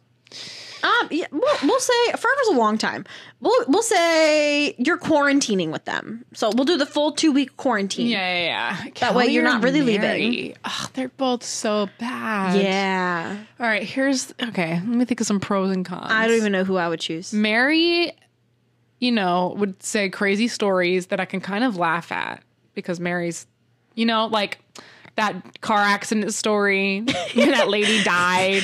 S2: Um, yeah, we'll, we'll say forever's a long time. We'll we'll say you're quarantining with them. So we'll do the full two week quarantine.
S1: Yeah, yeah. yeah.
S2: That way
S1: Kelly
S2: you're
S1: or
S2: not really leaving.
S1: Mary? Ugh, they're both so bad.
S2: Yeah.
S1: All right, here's okay. Let me think of some pros and cons.
S2: I don't even know who I would choose.
S1: Mary, you know, would say crazy stories that I can kind of laugh at because Mary's, you know, like that car accident story where that lady died.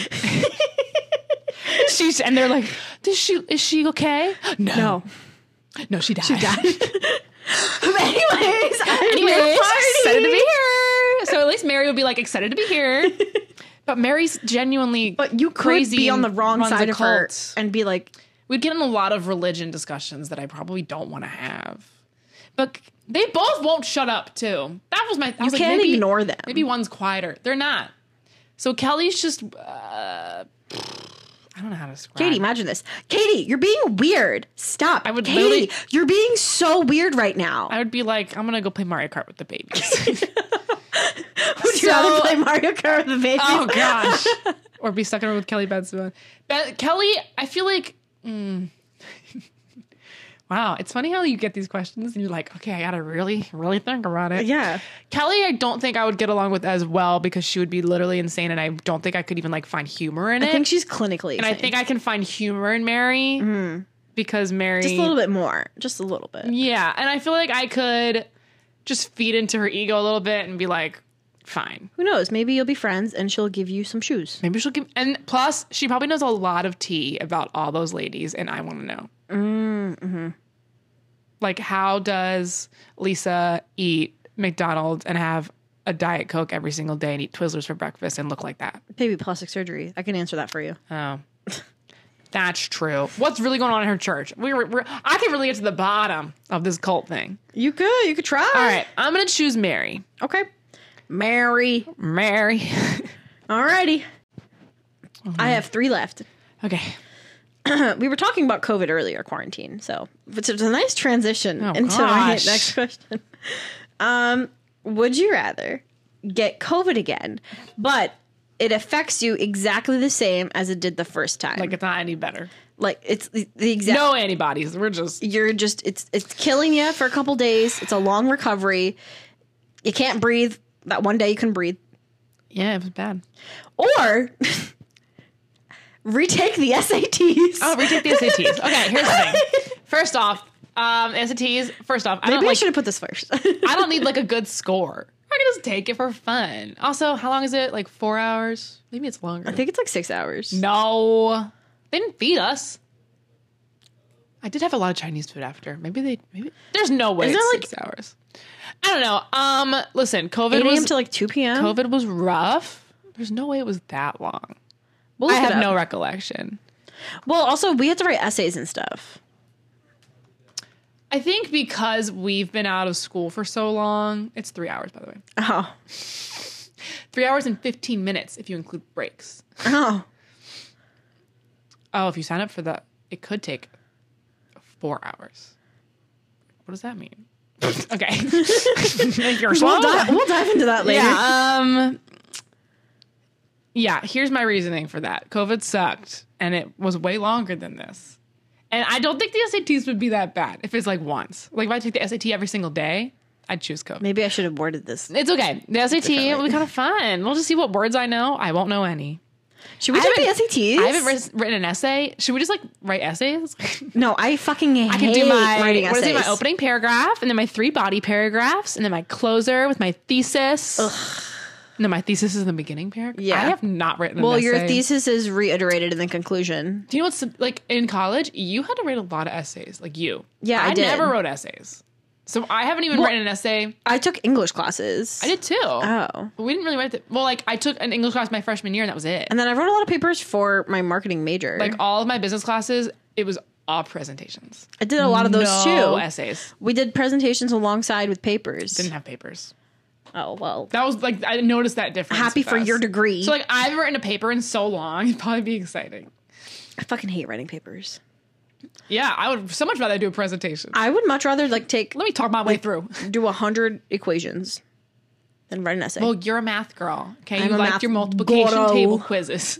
S1: She's and they're like, "Is she is she okay?" No, no, she died. She died.
S2: Anyways, I'm
S1: Anyways,
S2: Anyways,
S1: excited to be here. So at least Mary would be like excited to be here. But Mary's genuinely
S2: But you could
S1: crazy
S2: be on
S1: and
S2: the wrong
S1: runs a
S2: side of her
S1: cult.
S2: and be like,
S1: we'd get in a lot of religion discussions that I probably don't want to have. But they both won't shut up too. That was my. I was like,
S2: can't
S1: maybe-
S2: ignore them.
S1: Maybe one's quieter. They're not. So Kelly's just. Uh, I don't know how to describe.
S2: Katie, imagine this. Katie, you're being weird. Stop. I
S1: would
S2: Katie,
S1: literally-
S2: you're being so weird right now.
S1: I would be like, I'm gonna go play Mario Kart with the babies.
S2: would
S1: so-
S2: you rather play Mario Kart with the baby?
S1: oh gosh. Or be stuck in a room with Kelly Benson. Be- Kelly, I feel like. mm. wow, it's funny how you get these questions and you're like, okay, I gotta really, really think about it.
S2: Yeah.
S1: Kelly, I don't think I would get along with as well because she would be literally insane, and I don't think I could even like find humor in it.
S2: I think she's clinically.
S1: and I think I can find humor in Mary because Mary,
S2: Mm-hmm. just a little bit more. Just a little bit.
S1: yeah. And I feel like I could just feed into her ego a little bit and be like, fine.
S2: Who knows? Maybe you'll be friends and she'll give you some shoes.
S1: Maybe she'll give. And plus, she probably knows a lot of tea about all those ladies, and I want to know. Mm-hmm. Like, how does Lisa eat McDonald's and have a Diet Coke every single day and eat Twizzlers for breakfast and look like that?
S2: Maybe plastic surgery. I can answer that for you.
S1: Oh. That's true. What's really going on in her church? We were, we're, I can really get to the bottom of this cult thing.
S2: You could. You could try.
S1: All right, I'm going to choose Mary.
S2: Okay. Mary.
S1: Mary.
S2: Alrighty.
S1: Uh-huh.
S2: I have three left. Uh,
S1: okay.
S2: We were talking about COVID earlier, quarantine. So it's it's a nice transition
S1: Oh,
S2: into my
S1: gosh.
S2: next question. Um, would you rather get COVID again, but it affects you exactly the same as it did the first time?
S1: Like, it's not any better.
S2: like it's the, the exact.
S1: No antibodies. We're just.
S2: You're just it's it's killing you for a couple days. It's a long recovery. You can't breathe. That one day you can breathe,
S1: Yeah, it was bad.
S2: or retake the SATs.
S1: Oh, retake the SATs. Okay, here's the thing. First off, um, SATs, first off, I don't,
S2: Maybe I
S1: like,
S2: should have put this first.
S1: I don't need like a good score. I can just take it for fun. Also, how long is it? Like four hours? Maybe it's longer.
S2: I think it's like six hours.
S1: No, they didn't feed us. I did have a lot of Chinese food after. Maybe they. Maybe there's no way.
S2: Isn't
S1: it's
S2: it
S1: six hours. I don't know. Um, listen, COVID
S2: 8 a.m.
S1: was
S2: to like 2 p.m.
S1: COVID was rough. There's no way it was that long.
S2: We'll
S1: I
S2: look it
S1: have
S2: up.
S1: no recollection.
S2: Well, also we had to write essays and stuff.
S1: I think because we've been out of school for so long. It's three hours, by the way.
S2: Oh,
S1: Three hours and fifteen minutes if you include breaks.
S2: oh.
S1: Oh, if you sign up for that, it could take four hours. What does that mean? okay. You're slow.
S2: We'll, di- we'll dive into that later.
S1: Yeah. Um, yeah. Here's my reasoning for that. COVID sucked, and it was way longer than this. And I don't think the SATs would be that bad if it's like once. Like if I take the SAT every single day, I'd choose COVID.
S2: Maybe I should have worded this.
S1: It's okay. The SAT will be kind of fun. We'll just see what words I know. I won't know any.
S2: Should we
S1: I
S2: take the
S1: haven't-
S2: SATs?
S1: I haven't ris- written an essay. Should we just like write essays?
S2: No, I fucking hate
S1: I could do my
S2: writing
S1: what is
S2: essays.
S1: it, my opening paragraph, and then my three body paragraphs, and then my closer with my thesis. No, my thesis is the beginning paragraph.
S2: Yeah.
S1: I have not written.
S2: Well,
S1: an
S2: your
S1: essay.
S2: thesis is reiterated in the conclusion.
S1: Do you know what's like in college? You had to write a lot of essays. Like you.
S2: Yeah, I did.
S1: never wrote essays, so I haven't even written an essay.
S2: I took English classes.
S1: I did too.
S2: Oh.
S1: But we didn't really write it. Well, like I took an English class my freshman year, and that was it.
S2: And then I wrote a lot of papers for my marketing major.
S1: like all of my business classes, it was all presentations.
S2: I did a lot of those
S1: no
S2: too.
S1: essays.
S2: we did presentations alongside with papers.
S1: Didn't have papers.
S2: oh well.
S1: That was like I noticed that difference.
S2: Happy
S1: with
S2: for
S1: us.
S2: your degree.
S1: So like I haven't written a paper in so long. It'd probably be exciting.
S2: I fucking hate writing papers.
S1: Yeah, I would so much rather do a presentation.
S2: I would much rather like take
S1: Let me talk my way through.
S2: do a hundred equations than write an essay.
S1: Well, you're a math girl. Okay,
S2: I'm
S1: you
S2: a
S1: like
S2: math
S1: your multiplication
S2: guru.
S1: table quizzes.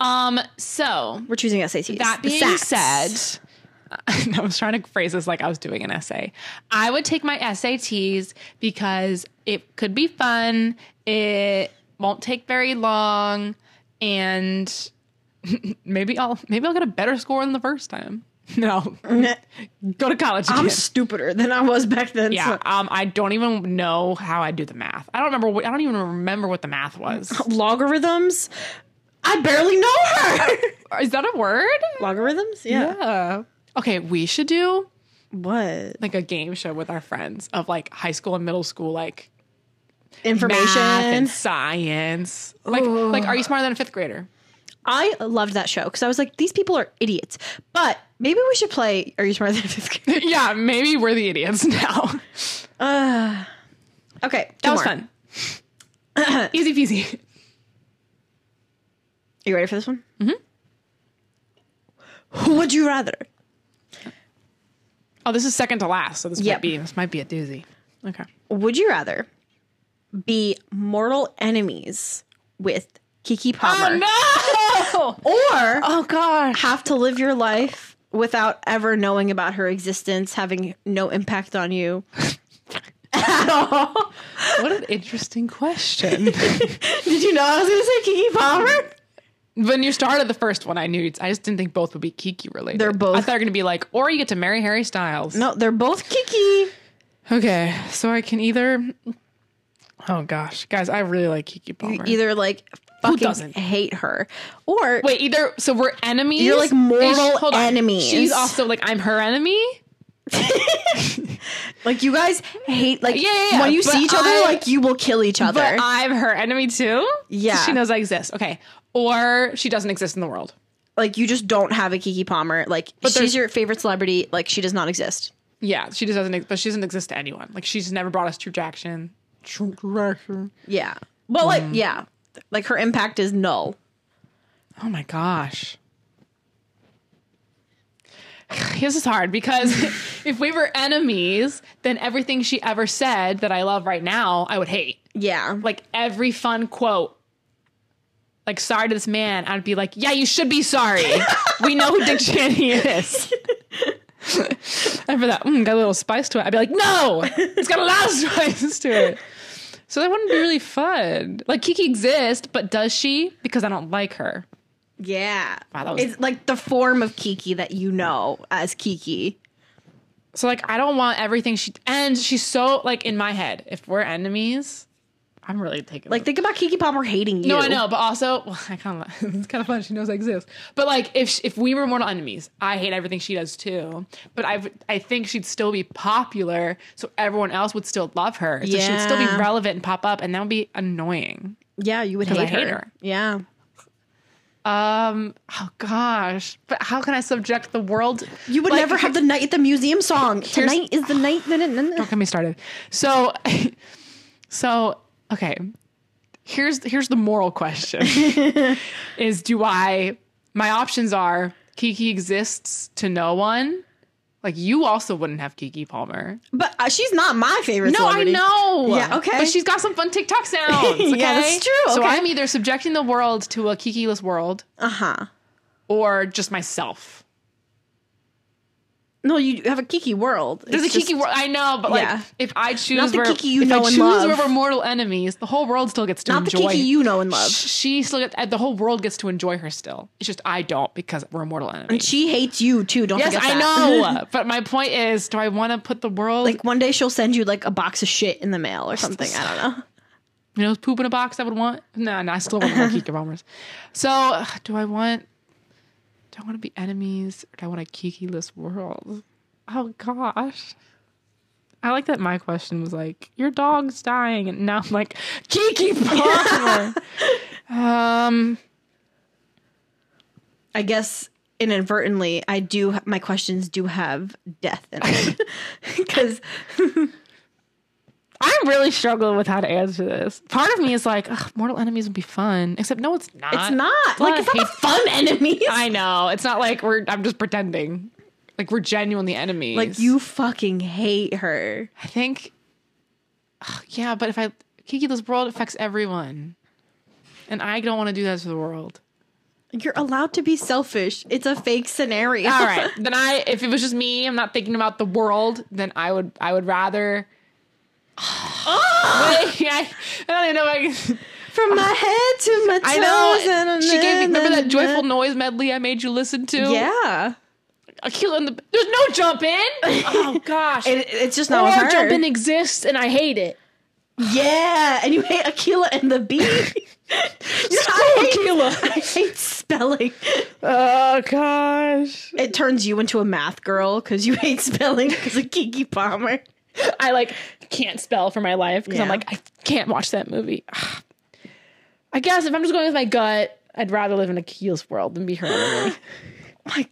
S1: Um, so
S2: We're choosing SATs.
S1: that
S2: The
S1: being
S2: SATs.
S1: said, I was trying to phrase this like I was doing an essay. I would take my SATs because it could be fun. It won't take very long, and maybe I'll maybe I'll get a better score than the first time. No, go to college.
S2: I'm
S1: again.
S2: stupider than I was back then.
S1: yeah, um, I don't even know how I do the math. I don't remember. What, I don't even remember what the math was.
S2: so- Logarithms. I barely know her.
S1: Is that a word?
S2: Logarithms?
S1: Yeah. Okay, we should do
S2: What?
S1: like a game show with our friends of like high school and middle school like math
S2: Information.
S1: and science. Like
S2: Ooh.
S1: like are you smarter than a fifth grader?
S2: I loved that show because I was like, these people are idiots. But maybe we should play Are You Smarter Than a Fifth Grader?
S1: yeah, maybe we're the idiots now.
S2: Uh, okay. two
S1: That was
S2: more.
S1: fun. Easy peasy.
S2: Are you ready for this one? Mm-hmm. Who would you rather?
S1: Oh, this is second to last, so this
S2: Yep.
S1: might be this might be a doozy. Okay.
S2: Would you rather be mortal enemies with Kiki Palmer
S1: Oh no!
S2: or
S1: oh god.
S2: have to live your life without ever knowing about her existence, having no impact on you?
S1: What an interesting question.
S2: Did you know I was going to say Kiki Palmer?
S1: when you started the first one, I knew I just didn't think both would be Kiki related.
S2: They're both-
S1: I thought you were gonna be like, or you get to marry Harry Styles.
S2: No, they're both Kiki.
S1: Okay, so I can either. Oh gosh, guys, I really like Kiki Palmer.
S2: You either like fucking
S1: doesn't?
S2: hate her or
S1: Wait, either so we're enemies.
S2: You're, like,
S1: Is she-
S2: mortal
S1: hold on.
S2: enemies.
S1: She's also like I'm her enemy.
S2: like you guys hate like
S1: Yeah, yeah, yeah,
S2: when you
S1: but
S2: see each other
S1: I-
S2: like you will kill each other.
S1: But I'm her enemy too.
S2: Yeah.
S1: So she knows I exist. Okay, or she doesn't exist in the world.
S2: like you just don't have a Kiki Palmer. Like she's
S1: there's-
S2: your favorite celebrity. Like she does not exist.
S1: Yeah, she just doesn't. ex- But she doesn't exist to anyone. Like she's never brought us true action. True action.
S2: Yeah. Mm. Well, like yeah, like her impact is null.
S1: Oh my gosh. This is hard because if we were enemies, then everything she ever said that I love right now, I would hate.
S2: Yeah.
S1: Like every fun quote, like sorry to this man, I'd be like, yeah, you should be sorry. we know who Dick Cheney is. and for that, mm, got a little spice to it. I'd be like, no, it's got a lot of spice to it. So that wouldn't be really fun. Like Kiki exists, but does she? Because I don't like her.
S2: Yeah.
S1: Wow, that was-
S2: It's like the form of Kiki that you know as Kiki.
S1: So like I don't want everything she and she's so like in my head. If we're enemies, I'm really taking
S2: Like think about Kiki Palmer hating you.
S1: no, I know, but also well, I kind of it's kind of fun. She knows I exist, but like if sh if we were mortal enemies, I hate everything she does too. But I I think she'd still be popular, so everyone else would still love her. So she would still be
S2: Yeah.
S1: relevant and pop up, and that would be annoying.
S2: Yeah, you would
S1: 'Cause
S2: hate,
S1: I
S2: her.
S1: hate her.
S2: Yeah.
S1: Um, oh gosh, but how can I subject the world?
S2: You would
S1: Like,
S2: never have the night at the museum song. Tonight is the night. No, no, no, no.
S1: Don't get me started. So, so okay. Here's here's the moral question: Is do I? My options are Kiki exists to no one. Like you also wouldn't have Kiki Palmer.
S2: But uh, she's not my favorite.
S1: No, I
S2: celebrity.
S1: know.
S2: Yeah, okay.
S1: But she's got some fun TikTok sounds. Okay?
S2: Yeah, that's true,
S1: So
S2: okay.
S1: I'm either subjecting the world to a Kiki-less world
S2: Uh huh.
S1: or just myself.
S2: No, you have a Kiki world.
S1: There's
S2: It's
S1: a
S2: just-
S1: Kiki world. I know, but
S2: Yeah.
S1: like if I choose
S2: Not the
S1: where,
S2: Kiki you
S1: if
S2: know
S1: I
S2: and
S1: choose
S2: love.
S1: where we're mortal enemies, the whole world still gets to
S2: Not the
S1: enjoy.
S2: Kiki you know and love.
S1: She still gets the whole world gets to enjoy her still. It's just I don't because we're mortal enemies.
S2: She hates you too. Don't
S1: yes,
S2: forget
S1: I
S2: that.
S1: know. but my point is, do I want to put the world
S2: like one day she'll send you like a box of shit in the mail or something. I don't know.
S1: You know, poop in a box I would want. No, no, I still want more Kiki Palmers. So, ugh, do I want? Do I want to be enemies or do I want a Kiki-less world? Oh gosh, I like that. My question was like, your dog's dying, and now I'm like, Kiki Palmer. um,
S2: I guess inadvertently, I do. My questions do have death in it because
S1: I'm really struggling with how to answer this. Part of me is like, ugh, mortal enemies would be fun, except no, it's not.
S2: it's not like it's not a fun enemy.
S1: I know it's not like we're. I'm just pretending. Like we're genuinely enemies.
S2: Like you fucking hate her.
S1: I think, Ugh, yeah, but if I Kiki, this world affects everyone, and I don't want to do that to the world.
S2: You're allowed to be selfish. It's a fake scenario.
S1: All right, then I, if it was just me, I'm not thinking about the world. Then I would, I would rather. Wait, I, I don't even know. If I, can,
S2: From my head to my toes.
S1: I know
S2: and-
S1: she gave me. Remember that
S2: and-
S1: joyful noise medley I made you listen to?
S2: Yeah.
S1: Akila in the. There's no jump in. Oh gosh.
S2: It, it's just
S1: or
S2: not her.
S1: jump in exists and I hate it.
S2: Yeah, and you hate Aquila and the bee. Aquila. I hate spelling.
S1: Oh gosh.
S2: It turns you into a math girl because you hate spelling because of Kiki Palmer.
S1: I like can't spell for my life because I'm
S2: Yeah.
S1: like I can't watch that movie. I guess if I'm just going with my gut, I'd rather live in a Keel's world than be her enemy.
S2: Oh my
S1: I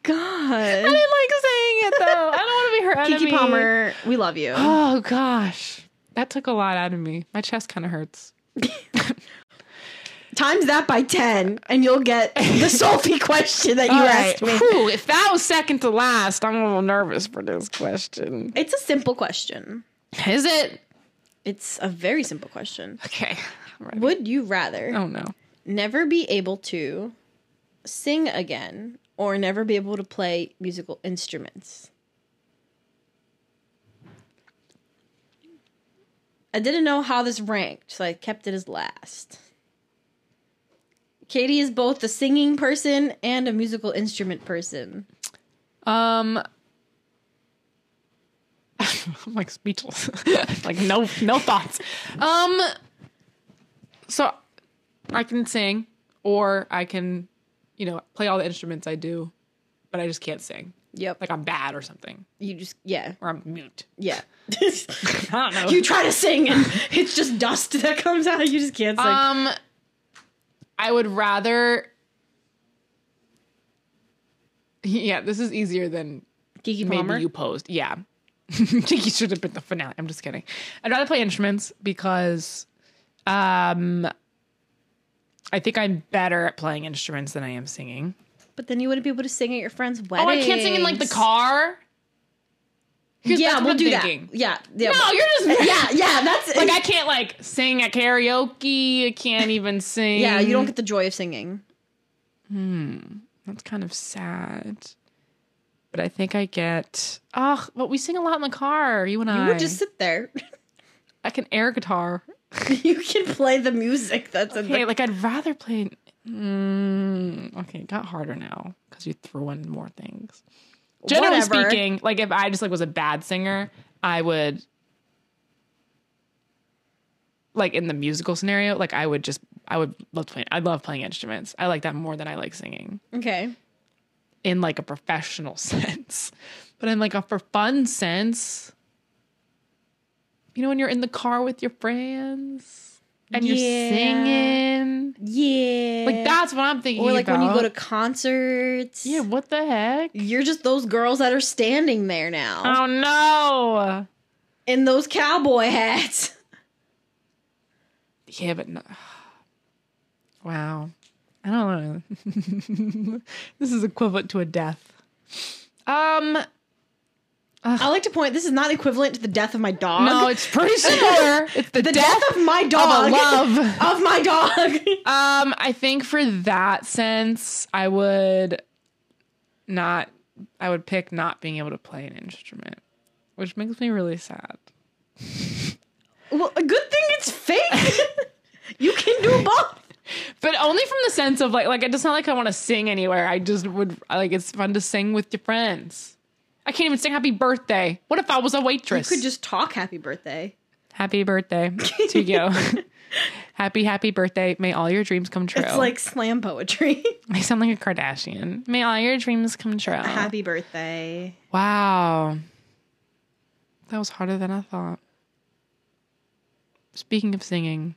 S1: didn't
S2: god.
S1: like saying it though. I don't want to be her enemy.
S2: Kiki Palmer, we love you.
S1: Oh gosh, that took a lot out of me. My chest kind of hurts.
S2: Times that by 10, and you'll get the Sophie question that you asked me.
S1: Whew, if that was second to last, I'm a little nervous for this question.
S2: It's a simple question.
S1: Is it
S2: It's a very simple question.
S1: okay? I'm ready.
S2: Would you rather
S1: Oh no.
S2: never be able to sing again or never be able to play musical instruments. I didn't know how this ranked, so I kept it as last. Katie is both a singing person and a musical instrument person.
S1: Um, I'm like speechless, like no no thoughts. Um, so I can sing, or I can, you know, play all the instruments I do, but I just can't sing.
S2: Yep.
S1: Like I'm bad or something,
S2: You just yeah,
S1: or I'm mute.
S2: yeah.
S1: I don't know.
S2: you try to sing and it's just dust that comes out. You just can't sing.
S1: um, I would rather. Yeah, this is easier than
S2: Kiki
S1: Maybe
S2: Palmer.
S1: you posed. Yeah. Kiki should have been the finale. I'm just kidding. I'd rather play instruments because um I think I'm better at playing instruments than I am singing.
S2: but then you wouldn't be able to sing at your friend's
S1: Oh,
S2: wedding.
S1: I can't sing in like the car.
S2: yeah, we'll do
S1: that.
S2: that. Yeah, yeah.
S1: No, you're just
S2: yeah, yeah. That's
S1: like I can't like sing at karaoke. I can't even sing.
S2: yeah. You don't get the joy of singing.
S1: That's kind of sad. But I think I get. Oh, but we sing a lot in the car. You and I.
S2: You would just sit there.
S1: I can air guitar.
S2: you can play the music. That's in
S1: Okay,
S2: the-
S1: like I'd rather play. Mm, okay, it got harder now because you threw in more things. Generally
S2: Whatever.
S1: speaking, like if I just like was a bad singer, I would like in the musical scenario, like I would just I would love playing. I love playing instruments. I like that more than I like singing
S2: okay.
S1: in like a professional sense, but in like a for fun sense. You know, when you're in the car with your friends and you're
S2: Yeah.
S1: singing.
S2: Yeah.
S1: Like that's what I'm thinking.
S2: Or like when you go to
S1: about.
S2: concerts.
S1: yeah, what the heck?
S2: You're just those girls that are standing there now
S1: Oh no.
S2: in those cowboy hats.
S1: Yeah, but no. wow. I don't know. this is equivalent to a death. Um,
S2: I like to point. This is not equivalent to the death of my dog.
S1: no, it's pretty similar. It's the,
S2: the
S1: death,
S2: death, of Uh, my dog.
S1: love.
S2: of my dog.
S1: Um, I think for that sense, I would not. I would pick not being able to play an instrument, which makes me really sad.
S2: well, a good thing it's fake. you can do both.
S1: But only from the sense of like, like it's not like I want to sing anywhere. I just would I like it's fun to sing with your friends. I can't even sing "Happy Birthday." What if I was a
S2: You
S1: waitress?
S2: could just talk happy birthday.
S1: "Happy Birthday" to you. happy, happy birthday! May all your dreams come true.
S2: It's like slam poetry.
S1: I sound like a Kardashian. May all your dreams come true.
S2: happy birthday.
S1: Wow. That was harder than I thought. Speaking of singing,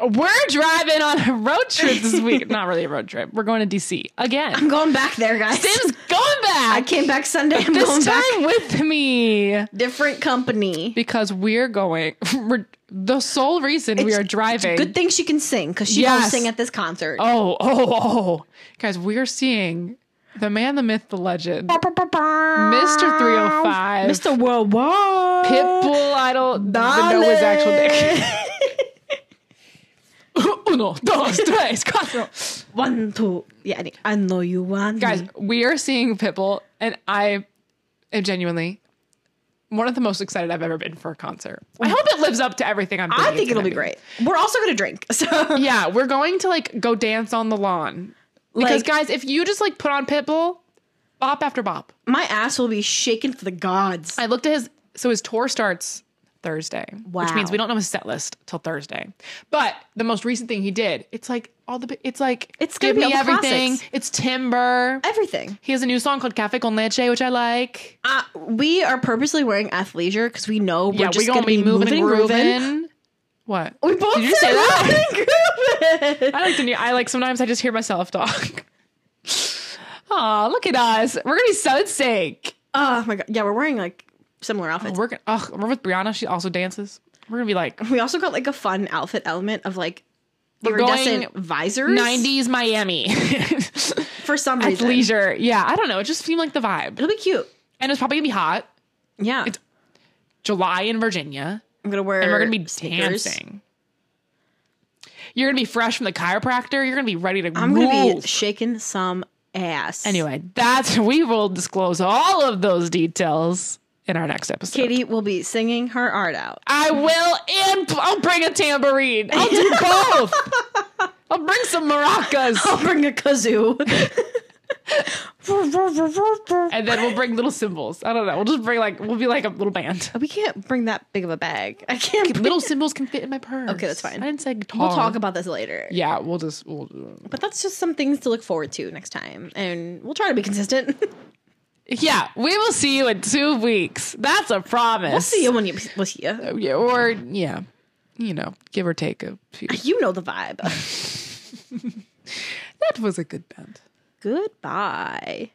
S1: we're driving on a road trip this week. Not really a road trip. We're going to DC again.
S2: I'm going back there, guys.
S1: Tim's going
S2: I
S1: back.
S2: came back Sunday. I'm going
S1: This
S2: back.
S1: time with me
S2: Different company.
S1: because we're going. We're, the sole reason we
S2: It's-
S1: are driving.
S2: Good thing she can sing because she
S1: Yes.
S2: won't sing at this concert.
S1: Oh, oh, oh. Guys, we're seeing the man, the myth, the legend, oh Mr. 305,
S2: Mr. Worldwide.
S1: Pitbull Idol, didn't know his actual name. Uno, dos, tres, cuatro.
S2: One, two. Yeah, I need- I know you want
S1: Guys,
S2: me.
S1: we are seeing Pitbull, and I am genuinely one of the most excited I've ever been for a concert. I hope it lives up to everything I'm.
S2: I
S1: it's
S2: think it'll
S1: gonna
S2: be great. We're also gonna drink. So
S1: Yeah, we're going to like go dance on the lawn because,
S2: Like-
S1: guys, if you just like put on Pitbull, bop after bop.
S2: my ass will be shaking for the gods.
S1: I looked at his. So his tour starts Thursday, which
S2: Wow.
S1: means we don't know his set list till Thursday. But the most recent thing he did, it's like all the. bi- It's like
S2: It's gonna
S1: give
S2: be
S1: me
S2: all the
S1: everything.
S2: classics.
S1: It's Timber.
S2: Everything.
S1: He has a new song called Cafe Con Leche, which I like.
S2: Uh, we are purposely wearing athleisure because we know we're
S1: yeah,
S2: just
S1: we're
S2: gonna, be moving, and grooving.
S1: What?
S2: We both
S1: Did you
S2: said
S1: say that?
S2: moving and grooving.
S1: I like the new. I like sometimes I just hear myself talk. Aw, look at us. We're gonna be so in sync.
S2: Oh my god. Yeah, we're wearing like similar outfits.
S1: We're gonna. Oh, we're with Brianna. She also dances. We're gonna be like
S2: we also got like a fun outfit element of like
S1: We're going
S2: iridescent visors.
S1: '90s Miami
S2: for some
S1: at
S2: reason.
S1: leisure. Yeah, I don't know. It just seemed like the vibe,
S2: It'll be cute.
S1: and it's probably gonna be hot.
S2: Yeah.
S1: July in Virginia,
S2: I'm gonna wear
S1: and we're gonna be
S2: sneakers.
S1: dancing. You're gonna be fresh from the chiropractor. You're gonna be ready to.
S2: I'm gonna be
S1: rule.
S2: shaking some ass.
S1: Anyway, that's we will disclose all of those details in our next episode.
S2: Katie will be singing her art out.
S1: I will, and I'll bring a tambourine. I'll do both. I'll bring some maracas,
S2: I'll bring a kazoo.
S1: and then we'll bring little cymbals. I don't know. We'll just bring like we'll be like a little band.
S2: we can't bring that big of a bag. I can't. bring-
S1: Little cymbals can fit in my purse.
S2: Okay, that's fine.
S1: I didn't say guitar.
S2: We'll talk about this later.
S1: Yeah, we'll just we'll. do it.
S2: But that's just some things to look forward to next time, and we'll try to be consistent.
S1: Yeah, we will see you in two weeks. That's a promise.
S2: we'll see you when you we'll see you.
S1: Yeah, or yeah, you know, give or take a few.
S2: You know the vibe.
S1: That was a good band.
S2: Goodbye.